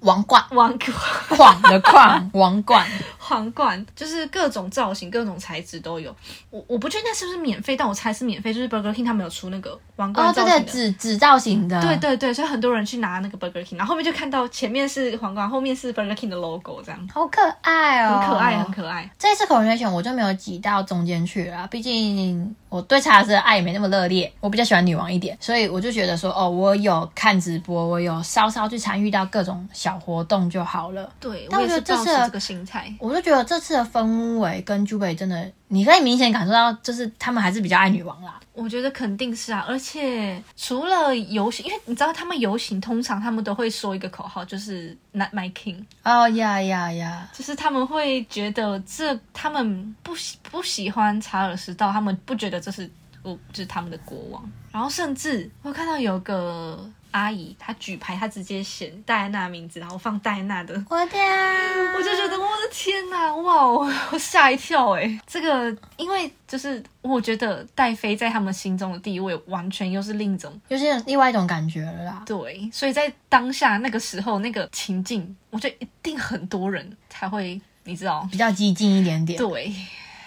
Speaker 1: 王冠
Speaker 2: 王冠、
Speaker 1: 框的框， 王冠。
Speaker 2: 皇冠，就是各种造型、各种材质都有。我我不确定那是不是免费，但我猜是免费，就是 Burger King 他们有出那个王
Speaker 1: 哦，对
Speaker 2: 冠造型的。
Speaker 1: 对，纸纸造型的，
Speaker 2: 对对对，所以很多人去拿那个 Burger King，然后后面就看到前面是皇冠，后面是 Burger King 的 logo，这样
Speaker 1: 好可爱
Speaker 2: 很
Speaker 1: 哦，
Speaker 2: 可爱，很可爱。
Speaker 1: 这次口选选我就没有挤到中间去啦，毕竟我对查尔斯的爱也没那么热烈，我比较喜欢女王一点，所以我就觉得说，哦，我有看直播，我有稍稍去参与到各种小活动就好了。
Speaker 2: 对，
Speaker 1: 但
Speaker 2: 我
Speaker 1: 我觉得
Speaker 2: 也是
Speaker 1: 这
Speaker 2: 抱
Speaker 1: 次
Speaker 2: 持这个心态。
Speaker 1: 我就觉得这次的氛围跟 j u b e 真的，你可以明显感受到，就是他们还是比较爱女王啦。
Speaker 2: 我觉得肯定是啊，而且除了游行，因为你知道他们游行通常他们都会说一个口号，就是 Not My King，
Speaker 1: 哦呀呀呀！
Speaker 2: 就是他们会觉得这他们不喜不喜欢查尔斯到他们不觉得这是我就是他们的国王，然后甚至我看到有个阿姨她举牌，她直接写戴安娜名字，然后放戴安娜的。
Speaker 1: 我的啊，
Speaker 2: 我就觉得我的天呐，哇！我我吓一跳哎、这个因为就是我觉得戴妃在他们心中的地位完全又是另一种
Speaker 1: 就是另外一种感觉了啦。
Speaker 2: 对，所以在当下那个时候那个情境，我觉得一定很多人才会你知道
Speaker 1: 比较激进一点点。
Speaker 2: 对，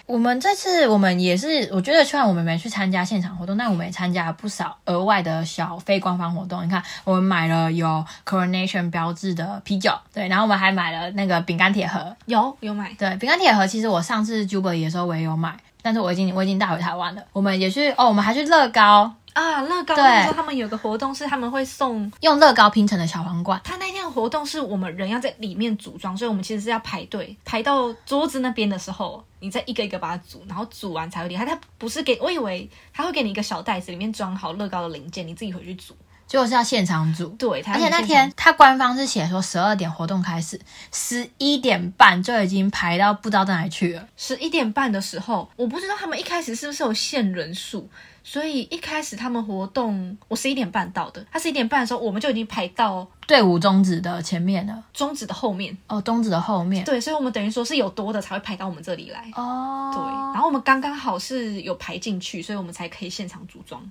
Speaker 1: 我们这次我们也是，我觉得虽然我们没去参加现场活动，但我们也参加了不少额外的小非官方活动。你看，我们买了有 Coronation 标志的啤酒，对，然后我们还买了那个饼干铁盒，
Speaker 2: 有有买，
Speaker 1: 对，饼干铁盒其实我上次 Jubilee 的时候我也有买，但是我已经我已经带回台湾了。我们也去哦，我们还去乐高，
Speaker 2: 啊，乐高
Speaker 1: 对
Speaker 2: 那时候他们有个活动是他们会送，
Speaker 1: 用乐高拼成的小皇冠，
Speaker 2: 他那天的活动是我们人要在里面组装，所以我们其实是要排队排到桌子那边的时候，你再一个一个把它组，然后组完才会离开。他不是给我以为他会给你一个小袋子，里面装好乐高的零件，你自己回去组。
Speaker 1: 结果是要现场组。
Speaker 2: 对，他
Speaker 1: 而且那天他官方是写说十二点活动开始，十一点半就已经排到不知道到哪里去了。
Speaker 2: 十一点半的时候，我不知道他们一开始是不是有限人数，所以一开始他们活动我十一点半到的，他十一点半的时候我们就已经排到
Speaker 1: 队伍终止的前面了。
Speaker 2: 中指的后面。
Speaker 1: 哦，中指的后面。
Speaker 2: 对，所以我们等于说是有多的才会排到我们这里来。
Speaker 1: 哦，
Speaker 2: 对，然后我们刚刚好是有排进去，所以我们才可以现场组装。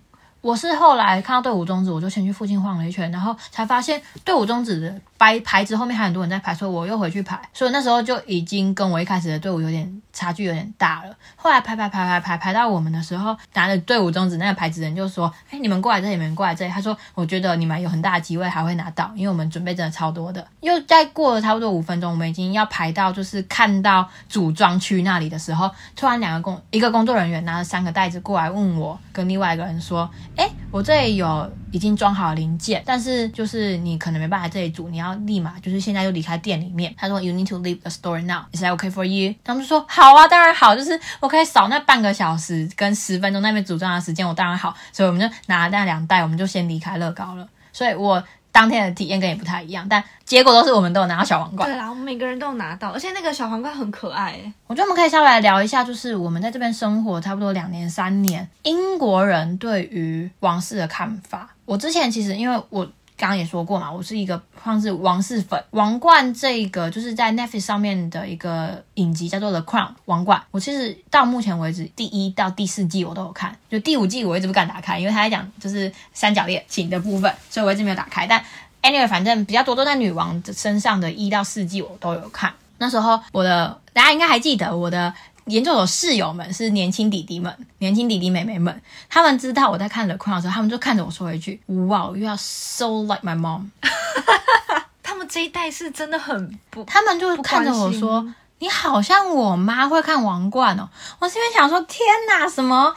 Speaker 1: 我是后来看到队伍中止，我就先去附近晃了一圈，然后才发现队伍中止的排牌子后面还有很多人在排，所以我又回去排，所以那时候就已经跟我一开始的队伍有点差距有点大了。后来排排排排排排到我们的时候，拿着队伍中止那个牌子的人就说：“哎，你们过来这里，你们过来这里。”他说：“我觉得你们有很大的机会还会拿到，因为我们准备真的超多的。”又再过了差不多五分钟，我们已经要排到就是看到组装区那里的时候，突然两个工一个工作人员拿了三个袋子过来问我跟另外一个人说：“哎，我这里有已经装好的零件，但是就是你可能没办法这里组，你要立马就是现在就离开店里面。”他说：“You need to leave the store now. Is that okay for you？” 他们就说：“好啊，当然好，就是我可以少那半个小时跟十分钟那边组装的时间，我当然好。”所以我们就拿了那两袋，我们就先离开乐高了。所以我当天的体验跟你不太一样，但结果都是我们都有拿到小王冠。
Speaker 2: 对啦，我们每个人都有拿到，而且那个小皇冠很可爱、欸。
Speaker 1: 我觉得我们可以稍微来聊一下，就是我们在这边生活差不多两年三年，英国人对于王室的看法。我之前其实因为我刚刚也说过嘛，我是一个算是王室粉，王冠这个就是在 Netflix 上面的一个影集叫做《The Crown》王冠。我其实到目前为止，第一到第四季我都有看，就第五季我一直不敢打开，因为他在讲就是三角恋情的部分，所以我一直没有打开。但 anyway，反正比较多都在女王的身上的一到四季我都有看。那时候我的大家应该还记得我的研究所室友们是年轻弟弟们、年轻弟弟妹妹们，他们知道我在看《The Crown》的时候，他们就看着我说一句：“Wow, you are so like my mom。”
Speaker 2: 他们这一代是真的很不，
Speaker 1: 他们就看着我
Speaker 2: 不关
Speaker 1: 说：“你好像我妈会看王冠哦。”我这边想说：“天哪，什么？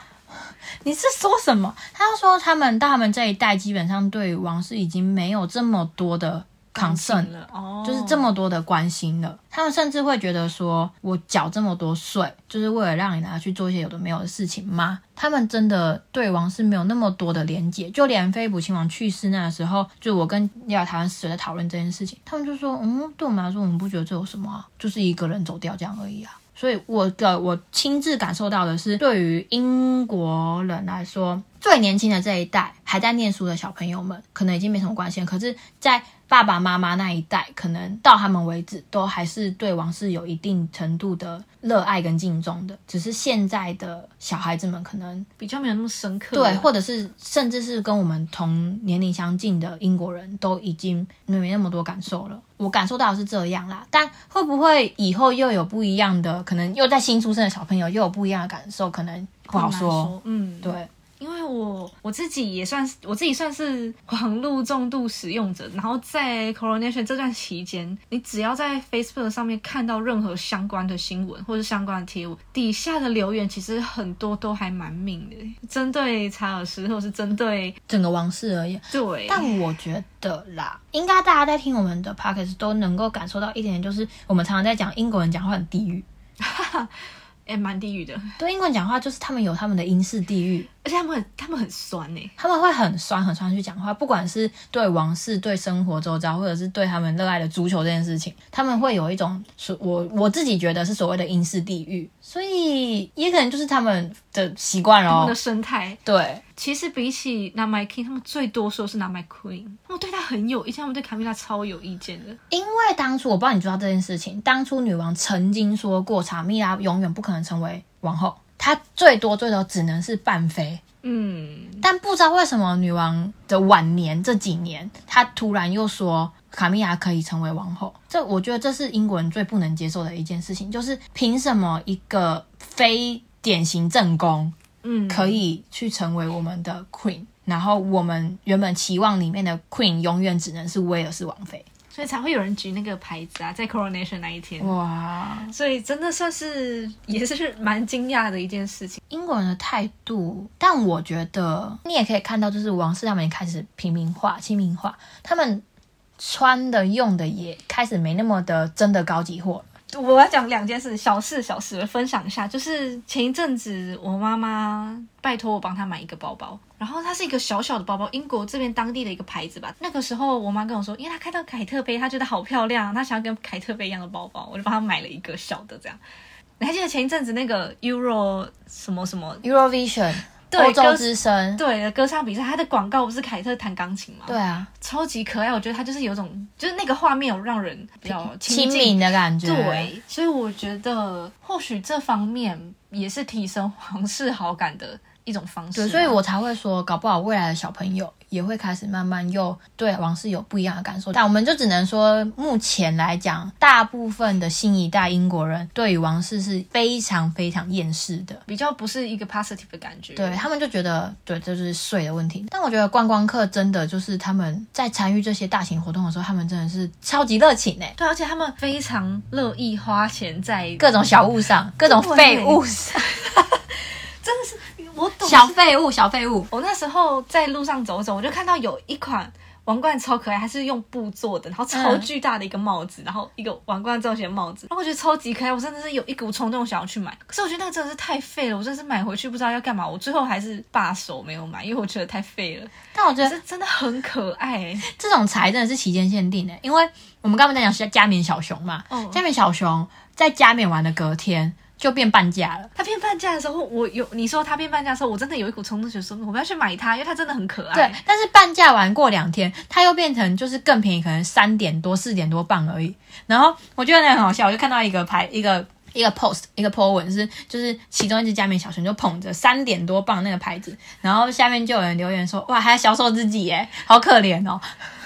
Speaker 1: 你是说什么？”他就说：“他们到他们这一代，基本上对王室已经没有这么多的 concern
Speaker 2: 了哦，
Speaker 1: 就是这么多的关心了。他们甚至会觉得说，我缴这么多税，就是为了让你拿去做一些有的没有的事情吗？他们真的对王室没有那么多的连结，就连菲普亲王去世那时候，就我跟亚台湾室友在讨论这件事情，他们就说，嗯，对我们来说，我们不觉得这有什么啊，就是一个人走掉这样而已啊。所以我的我亲自感受到的是，对于英国人来说，最年轻的这一代还在念书的小朋友们，可能已经没什么关系了。可是，在爸爸妈妈那一代，可能到他们为止，都还是对王室有一定程度的热爱跟敬重的。只是现在的小孩子们，可能
Speaker 2: 比较没有那么深刻。
Speaker 1: 对，或者是甚至是跟我们同年龄相近的英国人都已经没那么多感受了。我感受到的是这样啦，但会不会以后又有不一样的？可能又在新出生的小朋友又有不一样的感受，可能不好
Speaker 2: 很难
Speaker 1: 说。，
Speaker 2: 嗯，对。
Speaker 1: 对，
Speaker 2: 因为我我自己也算是我自己算是网络重度使用者，然后在 coronation 这段期间，你只要在 Facebook 上面看到任何相关的新闻或是相关的贴文，底下的留言其实很多都还蛮命的，针对查尔斯或是针对
Speaker 1: 整个王室而言，
Speaker 2: 对，
Speaker 1: 但我觉得啦，应该大家在听我们的 podcast 都能够感受到一点，就是我们常常在讲英国人讲话很地域，
Speaker 2: 哎蛮地狱的，
Speaker 1: 对英国人讲话就是他们有他们的英式地域，
Speaker 2: 而且他们很他们很酸呢、欸
Speaker 1: 他们会很酸很酸去讲话，不管是对王室、对生活周遭，或者是对他们热爱的足球这件事情，他们会有一种所我我自己觉得是所谓的英式地域，所以也可能就是他们的习惯
Speaker 2: 他们
Speaker 1: 咯
Speaker 2: 的。生态
Speaker 1: 对，
Speaker 2: 其实比起 Not My King，他们最多说是 Not My Queen，他们对他很有意见，他们对卡米拉超有意见的。
Speaker 1: 因为当初我不知道你知道这件事情，当初女王曾经说过，查蜜拉永远不可能成为王后，她最多最多只能是半妃。
Speaker 2: 嗯，
Speaker 1: 但不知道为什么，女王的晚年这几年，她突然又说卡米亚可以成为王后。这我觉得这是英国人最不能接受的一件事情，就是凭什么一个非典型正宫
Speaker 2: 嗯，
Speaker 1: 可以去成为我们的 queen？然后我们原本期望里面的 queen 永远只能是威尔士王妃。
Speaker 2: 所以才会有人举那个牌子啊，在 coronation 那一天。
Speaker 1: 哇，
Speaker 2: 所以真的算是也是蛮惊讶的一件事情。
Speaker 1: 英国人的态度，但我觉得你也可以看到，就是王室他们也开始平民化、亲民化，他们穿的用的也开始没那么的真的高级货了。
Speaker 2: 我要讲两件事，小事小事，我分享一下。就是前一阵子我妈妈拜托我帮她买一个包包，然后它是一个小小的包包，英国这边当地的一个牌子吧。那个时候我妈跟我说，因为她看到凯特杯，她觉得好漂亮，她想要跟凯特杯一样的包包，我就帮她买了一个小的这样。你还记得前一阵子那个 Euro 什么什么
Speaker 1: Eurovision
Speaker 2: 对
Speaker 1: 欧洲
Speaker 2: 歌
Speaker 1: 之声，
Speaker 2: 对歌唱比赛，它的广告不是凯特弹钢琴吗？
Speaker 1: 对啊，
Speaker 2: 超级可爱，我觉得它就是有种，就是那个画面有让人比较
Speaker 1: 亲嗯
Speaker 2: 亲
Speaker 1: 民
Speaker 2: 近。
Speaker 1: 的感觉。，
Speaker 2: 对，所以我觉得或许这方面也是提升皇室好感的一种方式啊。
Speaker 1: 对，所以我才会说，搞不好未来的小朋友也会开始慢慢又对王室有不一样的感受。但我们就只能说，目前来讲，大部分的新一代英国人对于王室是非常非常厌世的。
Speaker 2: 比较不是一个 positive 的感觉。
Speaker 1: 对他们就觉得，对，这就是税的问题。但我觉得观光客真的就是他们在参与这些大型活动的时候，他们真的是超级热情诶，
Speaker 2: 对，而且他们非常乐意花钱在
Speaker 1: 各种小物上，各种废物上，
Speaker 2: 我懂
Speaker 1: 小废物，小废物。
Speaker 2: 我那时候在路上走走，我就看到有一款王冠超可爱，它是用布做的，然后超巨大的一个帽子，然后一个王冠造型的帽子，然后我觉得超级可爱，我真的是有一股冲动想要去买。可是我觉得那个真的是太废了，我真的是买回去不知道要干嘛，我最后还是罢手没有买，因为我觉得太废 了。
Speaker 1: 但我觉
Speaker 2: 可
Speaker 1: 得
Speaker 2: 是真的很可爱、欸，
Speaker 1: 这种财真的是期间限定欸诶，因为我们刚刚在讲是加冕小熊嘛，
Speaker 2: 嗯
Speaker 1: 加冕小熊在加冕完的隔天就变半价了。
Speaker 2: 它变半价的时候，我有你说它变半价的时候，我真的有一股冲动，觉得说我们要去买它，因为它真的很可爱。
Speaker 1: 对，但是半价完过两天，它又变成就是更便宜，可能三点多、四点多磅而已。然后我觉得那很好笑，我就看到一个牌一个。一个 post 一个 po 文是，就是其中一只加冕小熊就捧着三点多磅那个牌子，然后下面就有人留言说，哇，还小手自己耶，好可怜哦。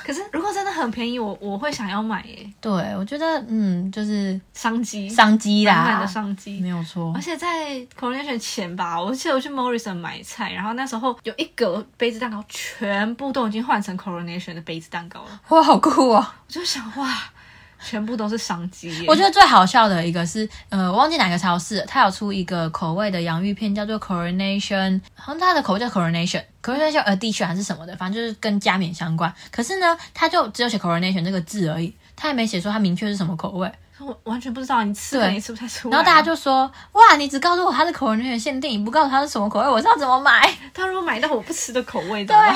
Speaker 2: 可是如果真的很便宜，我我会想要买耶、
Speaker 1: 对，我觉得嗯，就是
Speaker 2: 商机，
Speaker 1: 商机啦，
Speaker 2: 满满的商机。
Speaker 1: 没有错
Speaker 2: 而。且在 coronation 前吧，我记得我去 Morrison 买菜，然后那时候有一格杯子蛋糕，全部都已经换成 coronation 的杯子蛋糕了。
Speaker 1: 哇，好酷哦！
Speaker 2: 我就想，哇，全部都是商机耶！
Speaker 1: 我觉得最好笑的一个是，呃，我忘记哪个超市，它有出一个口味的洋芋片，叫做 Coronation，好像它的口味叫 Coronation。Coronation Edition 还是什么的，反正就是跟加冕相关。可是呢，它就只有写 Coronation 这个字而已，它也没写说它明确是什么口味。
Speaker 2: 我完全不知道你吃，
Speaker 1: 对
Speaker 2: 肯定吃不太出来。
Speaker 1: 然后大家就说：“哇，你只告诉我它是 Coronation 限定，你不告诉它是什么口味，我知道怎么买。
Speaker 2: 他啊如果买到我不吃的口味的话，”
Speaker 1: 啊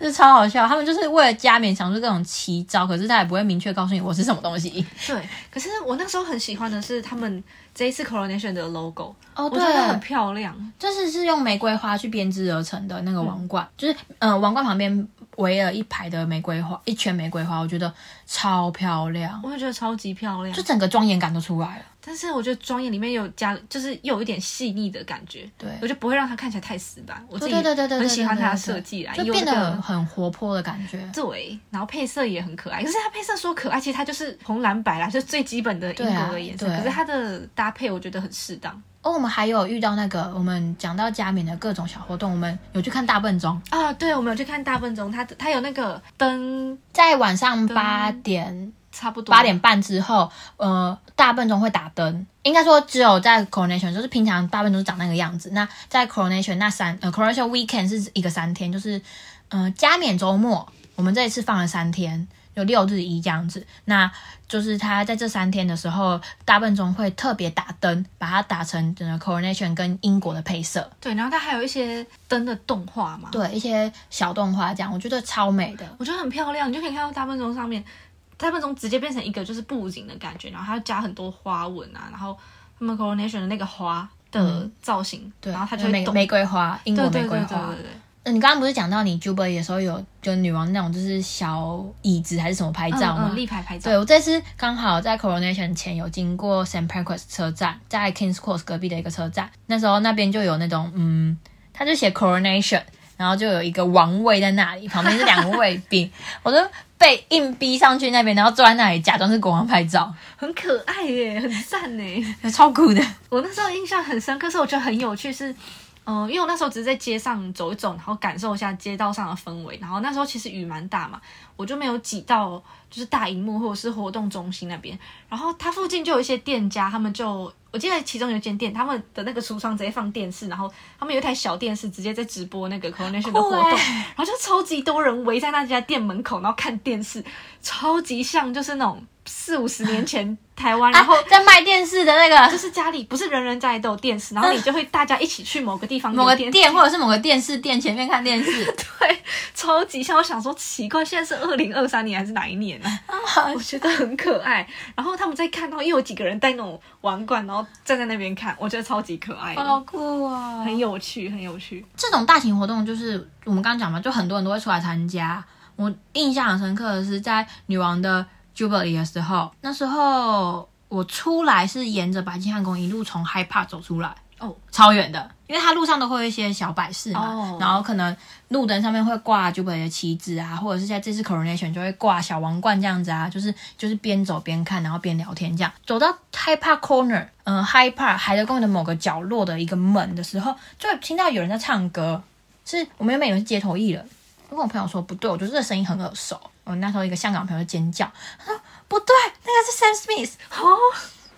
Speaker 1: 这超好笑。他们就是为了加冕想出各种奇招，可是他也不会明确告诉你我是什么东西。
Speaker 2: 对。可是我那时候很喜欢的是他们这一次 coronation 的 logo，
Speaker 1: 哦
Speaker 2: 我觉得很漂亮。
Speaker 1: 就是是用玫瑰花去编织而成的那个王冠，就是嗯、呃王冠旁边围了一排的玫瑰花，一圈玫瑰花，我觉得超漂亮，
Speaker 2: 我也觉得超级漂亮
Speaker 1: 就，整个庄严感都出来了。
Speaker 2: 但是我觉得庄严里面有加，就是又有一点细腻的感觉，
Speaker 1: 对
Speaker 2: 我就不会让它看起来太死板。我自己
Speaker 1: 对对对对对
Speaker 2: 很喜欢它的
Speaker 1: 对对对
Speaker 2: 设计啦，啊
Speaker 1: 就
Speaker 2: 有
Speaker 1: 变
Speaker 2: 那个
Speaker 1: 得很活泼的感觉。
Speaker 2: 对，然后配色也很可爱。可是它配色说可爱，其实它就是红蓝白啦，就是最基本的英
Speaker 1: 对啊
Speaker 2: 国的颜色。
Speaker 1: 对
Speaker 2: 可是它的搭配我觉得很适当
Speaker 1: 哦，我们还有遇到那个，我们讲到加冕的各种小活动，我们有去看大笨钟，
Speaker 2: 啊。对，我们有去看大笨钟，它它有那个灯，
Speaker 1: 在晚上八点
Speaker 2: 差不多
Speaker 1: 八点半之后，呃，大笨钟会打灯。应该说，只有在 coronation，就是平常大笨钟是长那个样子。那在 coronation 那三呃 coronation weekend 是一个三天，就是呃加冕周末，我们这一次放了三天，有六日一这样子。那就是他在这三天的时候，大笨钟会特别打灯，把它打成整个 coronation 跟英国的配色，
Speaker 2: 对，然后它还有一些灯的动画嘛，
Speaker 1: 对一些小动画这样，我觉得超美的。
Speaker 2: 我觉得很漂亮，你就可以看到大笨钟上面，大笨钟直接变成一个就是布景的感觉，然后它加很多花纹啊，然后他们 coronation 的那个花的造型，
Speaker 1: 嗯对，
Speaker 2: 然后它就
Speaker 1: 玫
Speaker 2: 会动。
Speaker 1: 玫瑰花，英
Speaker 2: 对
Speaker 1: 国
Speaker 2: 对
Speaker 1: 玫
Speaker 2: 对
Speaker 1: 瑰
Speaker 2: 对
Speaker 1: 花。
Speaker 2: 对对对，
Speaker 1: 嗯，你刚刚不是讲到你 Jubilee 的时候有就女王那种就是小椅子还是什么拍照吗？
Speaker 2: 嗯嗯立牌拍照
Speaker 1: 对，我这次刚好在 Coronation 前有经过 St Pancras 车站，在 Kings Cross 隔壁的一个车站，那时候那边就有那种嗯，他就写 Coronation，然后就有一个王位在那里，旁边是两个卫兵，我就被硬逼上去那边，然后坐在那里假装是国王拍 照，
Speaker 2: 很可爱耶，很赞呢。
Speaker 1: 超酷 的。
Speaker 2: 我那时候印象很深刻，是我觉得很有趣是，嗯、因为我那时候只是在街上走一走，然后感受一下街道上的氛围。然后那时候其实雨蛮大嘛，我就没有挤到就是大荧幕或者是活动中心那边。然后它附近就有一些店家，他们就我记得其中有一间店，他们的那个橱窗直接放电视，然后他们有一台小电视直接在直播那个 coronation 的活动，
Speaker 1: 酷欸
Speaker 2: 然后就超级多人围在那家店门口，然后看电视，超级像就是那种四五十年前台 湾，然后
Speaker 1: 啊、在卖电视的那
Speaker 2: 就
Speaker 1: 个
Speaker 2: 是家里不是人人家里都有电视，然后你就会大家一起去某个地方
Speaker 1: 某个
Speaker 2: 电，
Speaker 1: 店或者是某个电视店前面看电视，
Speaker 2: 对，超级像。我想说奇怪，现在是二零二三年还是哪一年呢、啊？我觉得很可爱。然后他们在看到又有几个人戴那种王冠，然后站在那边看，我觉得超级可爱的
Speaker 1: 好酷啊、
Speaker 2: 很有趣，很有趣。
Speaker 1: 这种大型活动就是我们刚刚讲嘛，就很多人都会出来参加。我印象很深刻的是在女王的 Jubilee 的时候，那时候我出来是沿着白金汉宫一路从 High Park 走出来，
Speaker 2: 哦，
Speaker 1: 超远的，因为它路上都会有一些小摆饰嘛，
Speaker 2: 哦
Speaker 1: 然后可能路灯上面会挂 Jubilee 的旗帜啊，或者是在这次 Coronation 就会挂小王冠这样子啊，就是就是边走边看，然后边聊天这样。走到 High Park Corner，嗯、h i g h Park 海德公园的某个角落的一个门的时候，就会听到有人在唱歌，是我们原本以为是街头艺人，我跟我朋友说不对，我觉得这个声音很耳熟。我那时候一个香港朋友就尖叫，他说不对，那个是 Sam Smith，
Speaker 2: 哦，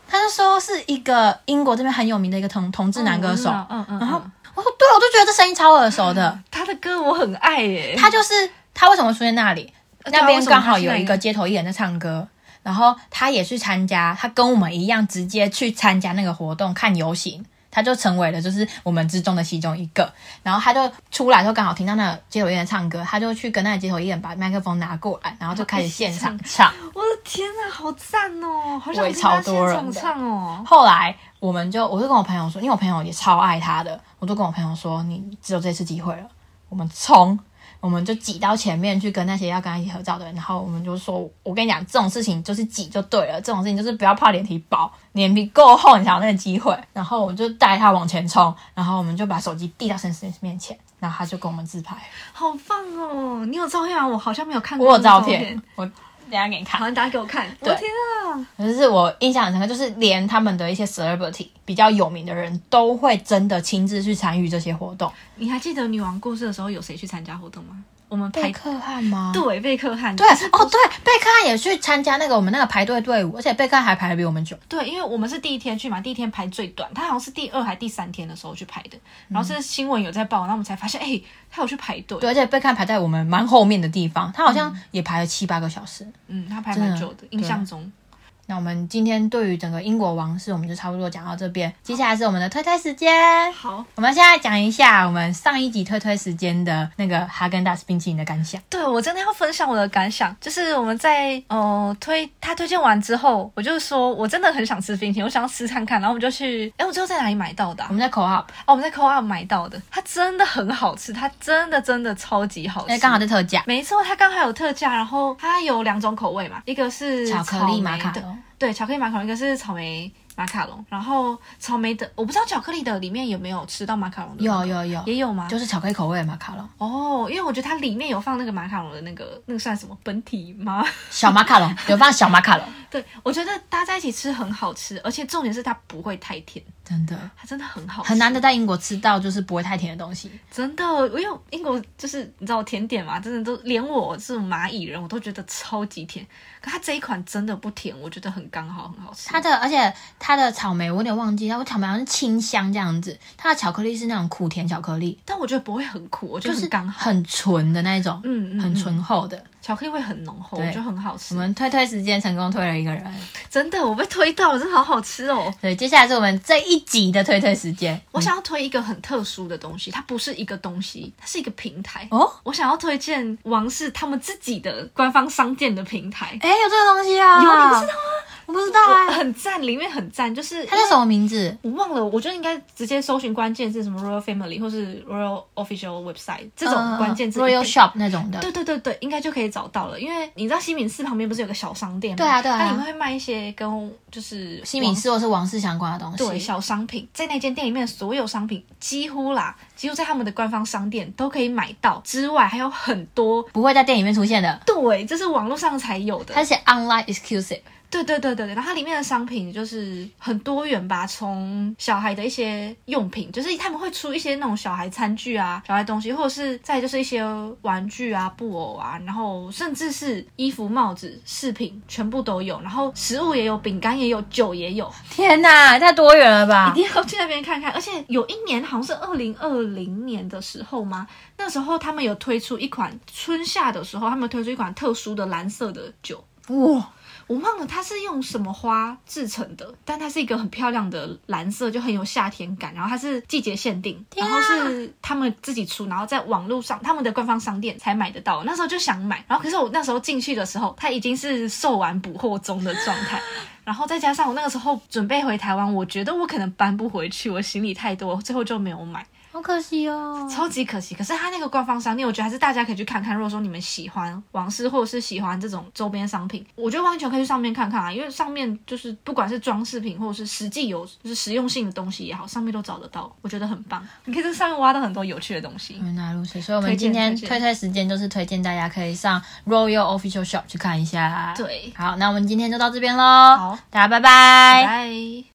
Speaker 1: 他就说是一个英国这边很有名的一个同同志男歌手。
Speaker 2: 嗯嗯嗯，
Speaker 1: 然后我说对，我就觉得这声音超耳熟的。
Speaker 2: 他的歌我很爱耶，
Speaker 1: 他就是他为什么出现那里？
Speaker 2: 对啊
Speaker 1: 那边
Speaker 2: 为什么
Speaker 1: 刚
Speaker 2: 他
Speaker 1: 好
Speaker 2: 是
Speaker 1: 有
Speaker 2: 那
Speaker 1: 一
Speaker 2: 个
Speaker 1: 个街头艺人在唱歌，然后他也去参加，他跟我们一样直接去参加那个活动看游行，他就成为了就是我们之中的其中一个。然后他就出来之后刚好听到那个街头艺人唱歌，他就去跟那个街头艺人把麦克风拿过来，然后就开始 现场唱。
Speaker 2: 我的天哪，好赞哦，好想
Speaker 1: 我也
Speaker 2: 听他
Speaker 1: 超多
Speaker 2: 现
Speaker 1: 人
Speaker 2: 场
Speaker 1: 的
Speaker 2: 唱哦。
Speaker 1: 后来我们就，我就跟我朋友说，因为我朋友也超爱他的，我就跟我朋友说，你只有这次机会了，我们冲。我们就挤到前面去跟那些要跟他一起合照的人，然后我们就说，我跟你讲，这种事情就是挤就对了，这种事情就是不要怕脸皮薄，脸皮够厚你才有那个机会。然后我就带他往前冲，然后我们就把手机递到沈沈面前，然后他就跟我们自拍。
Speaker 2: 好棒哦！你有照片吗？我好像没有看过。
Speaker 1: 我有照
Speaker 2: 片
Speaker 1: 片，，我等一下给你看
Speaker 2: 好，。你打 给我看。我
Speaker 1: 对
Speaker 2: 天啊！
Speaker 1: 可是我印象很深刻，就是连他们的一些 celebrity 比较有名的人都会真的亲自去参与这些活动。
Speaker 2: 你还记得女王故事的时候有谁去参加活动吗？我们排
Speaker 1: 贝克汉吗？
Speaker 2: 对贝克汉，
Speaker 1: 对
Speaker 2: 可是
Speaker 1: 哦，对，贝克汉也去参加那个我们那个排队队伍，而且贝克汉还排的比我们久。
Speaker 2: 对，因为我们是第一天去嘛，第一天排最短，他好像是第二还第三天的时候去排的，然后是新闻有在报，然后我们才发现，哎、他有去排队，
Speaker 1: 嗯对，而且贝克汉排在我们蛮后面的地方，他好像也排了七八个小时。
Speaker 2: 嗯，他排
Speaker 1: 真的
Speaker 2: 蛮久的，印象中。
Speaker 1: 那我们今天对于整个英国王室，我们就差不多讲到这边，接下来是我们的推推时间。
Speaker 2: 好，
Speaker 1: 我们现在讲一下我们上一集推推时间的那个哈根达斯冰淇淋的感想。
Speaker 2: 对我真的要分享我的感想，就是我们在呃推他推荐完之后，我就说我真的很想吃冰淇淋，我想要吃看看，然后我们就去，哎，我最后在哪里买到的啊、
Speaker 1: 我们在口号，
Speaker 2: 哦，我们在 Co op 买到的，它真的很好吃，它真的真的超级好吃。
Speaker 1: 因为哎刚好在特价，
Speaker 2: 没错，它刚好有特价，然后它有两种口味嘛，一个是
Speaker 1: 巧克力马卡
Speaker 2: 龙，
Speaker 1: 龙。
Speaker 2: 对，巧克力马卡龙，一个是草莓马卡龙。然后草莓的，我不知道巧克力的里面有没有吃到马卡龙的，
Speaker 1: 有有有，
Speaker 2: 也有啊吗？
Speaker 1: 就是巧克力口味的马卡龙，
Speaker 2: 哦，因为我觉得它里面有放那个马卡龙的那个那个算什么本体吗？
Speaker 1: 小马卡龙有放小马卡龙，
Speaker 2: 对，我觉得搭在一起吃很好吃，而且重点是它不会太甜，
Speaker 1: 真的
Speaker 2: 它真的很好吃，
Speaker 1: 很难得在英国吃到就是不会太甜的东西。
Speaker 2: 真的，因为英国就是你知道甜点嘛，真的都连我这种蚂蚁人，我都觉得超级甜。可它这一款真的不甜，我觉得很刚好，很好吃。
Speaker 1: 它的而且它的草莓我有点忘记，它的草莓好像是清香这样子，它的巧克力是那种苦甜巧克力，
Speaker 2: 但我觉得不会很苦，我觉
Speaker 1: 就
Speaker 2: 得
Speaker 1: 是
Speaker 2: 很刚好。
Speaker 1: 很纯的那一种，
Speaker 2: 嗯嗯，
Speaker 1: 很
Speaker 2: 嗯，
Speaker 1: 醇厚的。
Speaker 2: 巧克力味很浓厚，我
Speaker 1: 对
Speaker 2: 觉得很好吃
Speaker 1: 我。们推推时间成功推了一个人，
Speaker 2: 真的，我被推到了，真的好好吃哦。
Speaker 1: 对，接下来是我们这一集的推推时间。
Speaker 2: 我想要推一个很特殊的东西，它不是一个东西，它是一个平台。
Speaker 1: 哦，
Speaker 2: 我想要推荐王室他们自己的官方商店的平台，
Speaker 1: 哎，有这个东西啊？
Speaker 2: 有你不
Speaker 1: 道
Speaker 2: 知
Speaker 1: 吗？我不知道啊
Speaker 2: 我，很赞，里面很赞，就是
Speaker 1: 它叫什么名字？
Speaker 2: 我忘了，我觉得应该直接搜寻关键字什么 Royal Family 或是 Royal Official Website 这种关键
Speaker 1: 嗯
Speaker 2: 字。
Speaker 1: 嗯嗯 Royal Shop 那种的。
Speaker 2: 对对对对，应该就可以找到了，因为你知道西敏寺旁边不是有个小商店吗？
Speaker 1: 对啊对啊
Speaker 2: 它里面会卖一些跟就是
Speaker 1: 西敏寺或是王室相关的东西。
Speaker 2: 对小商品，在那间店里面的所有商品几乎啦，几乎在他们的官方商店都可以买到，之外还有很多。
Speaker 1: 不会在店里面出现的，
Speaker 2: 对，这是网络上才有的
Speaker 1: 它。写 online exclusive。
Speaker 2: 对对对对对，然后它里面的商品就是很多元吧，从小孩的一些用品，就是他们会出一些那种小孩餐具啊、小孩东西，或者是再就是一些玩具啊、布偶啊，然后甚至是衣服、帽子、饰品，全部都有。然后食物也有，饼干也有，酒也有，
Speaker 1: 天哪，也太多元了吧
Speaker 2: 一！定要去那边看看。而且有一年好像是二零二零年的时候吗？那时候他们有推出一款春夏的时候，他们推出一款特殊的蓝色的酒。
Speaker 1: 哇，
Speaker 2: 我忘了它是用什么花制成的，但它是一个很漂亮的蓝色，就很有夏天感。然后它是季节限定，
Speaker 1: 啊
Speaker 2: 然后是他们自己出，然后在网络上他们的官方商店才买得到。那时候就想买，然后可是我那时候进去的时候，它已经是售完补货中的状态。然后再加上我那个时候准备回台湾，我觉得我可能搬不回去，我行李太多，最后就没有买。
Speaker 1: 好可惜哦。
Speaker 2: 超级可惜。可是它那个官方商店，我觉得还是大家可以去看看。如果说你们喜欢王室或者是喜欢这种周边商品，我觉得完全可以去上面看看啊，因为上面就是不管是装饰品或者是实际有就是实用性的东西也好，上面都找得到，我觉得很棒。你可以在上面挖到很多有趣的东西。
Speaker 1: 原来如此，所以我们
Speaker 2: 推
Speaker 1: 今天
Speaker 2: 荐推荐
Speaker 1: 推推时间就是推荐大家可以上 Royal Official Shop 去看一下。，
Speaker 2: 对，
Speaker 1: 好，那我们今天就到这边喽。
Speaker 2: 好，
Speaker 1: 大家拜
Speaker 2: 拜
Speaker 1: 拜
Speaker 2: 拜。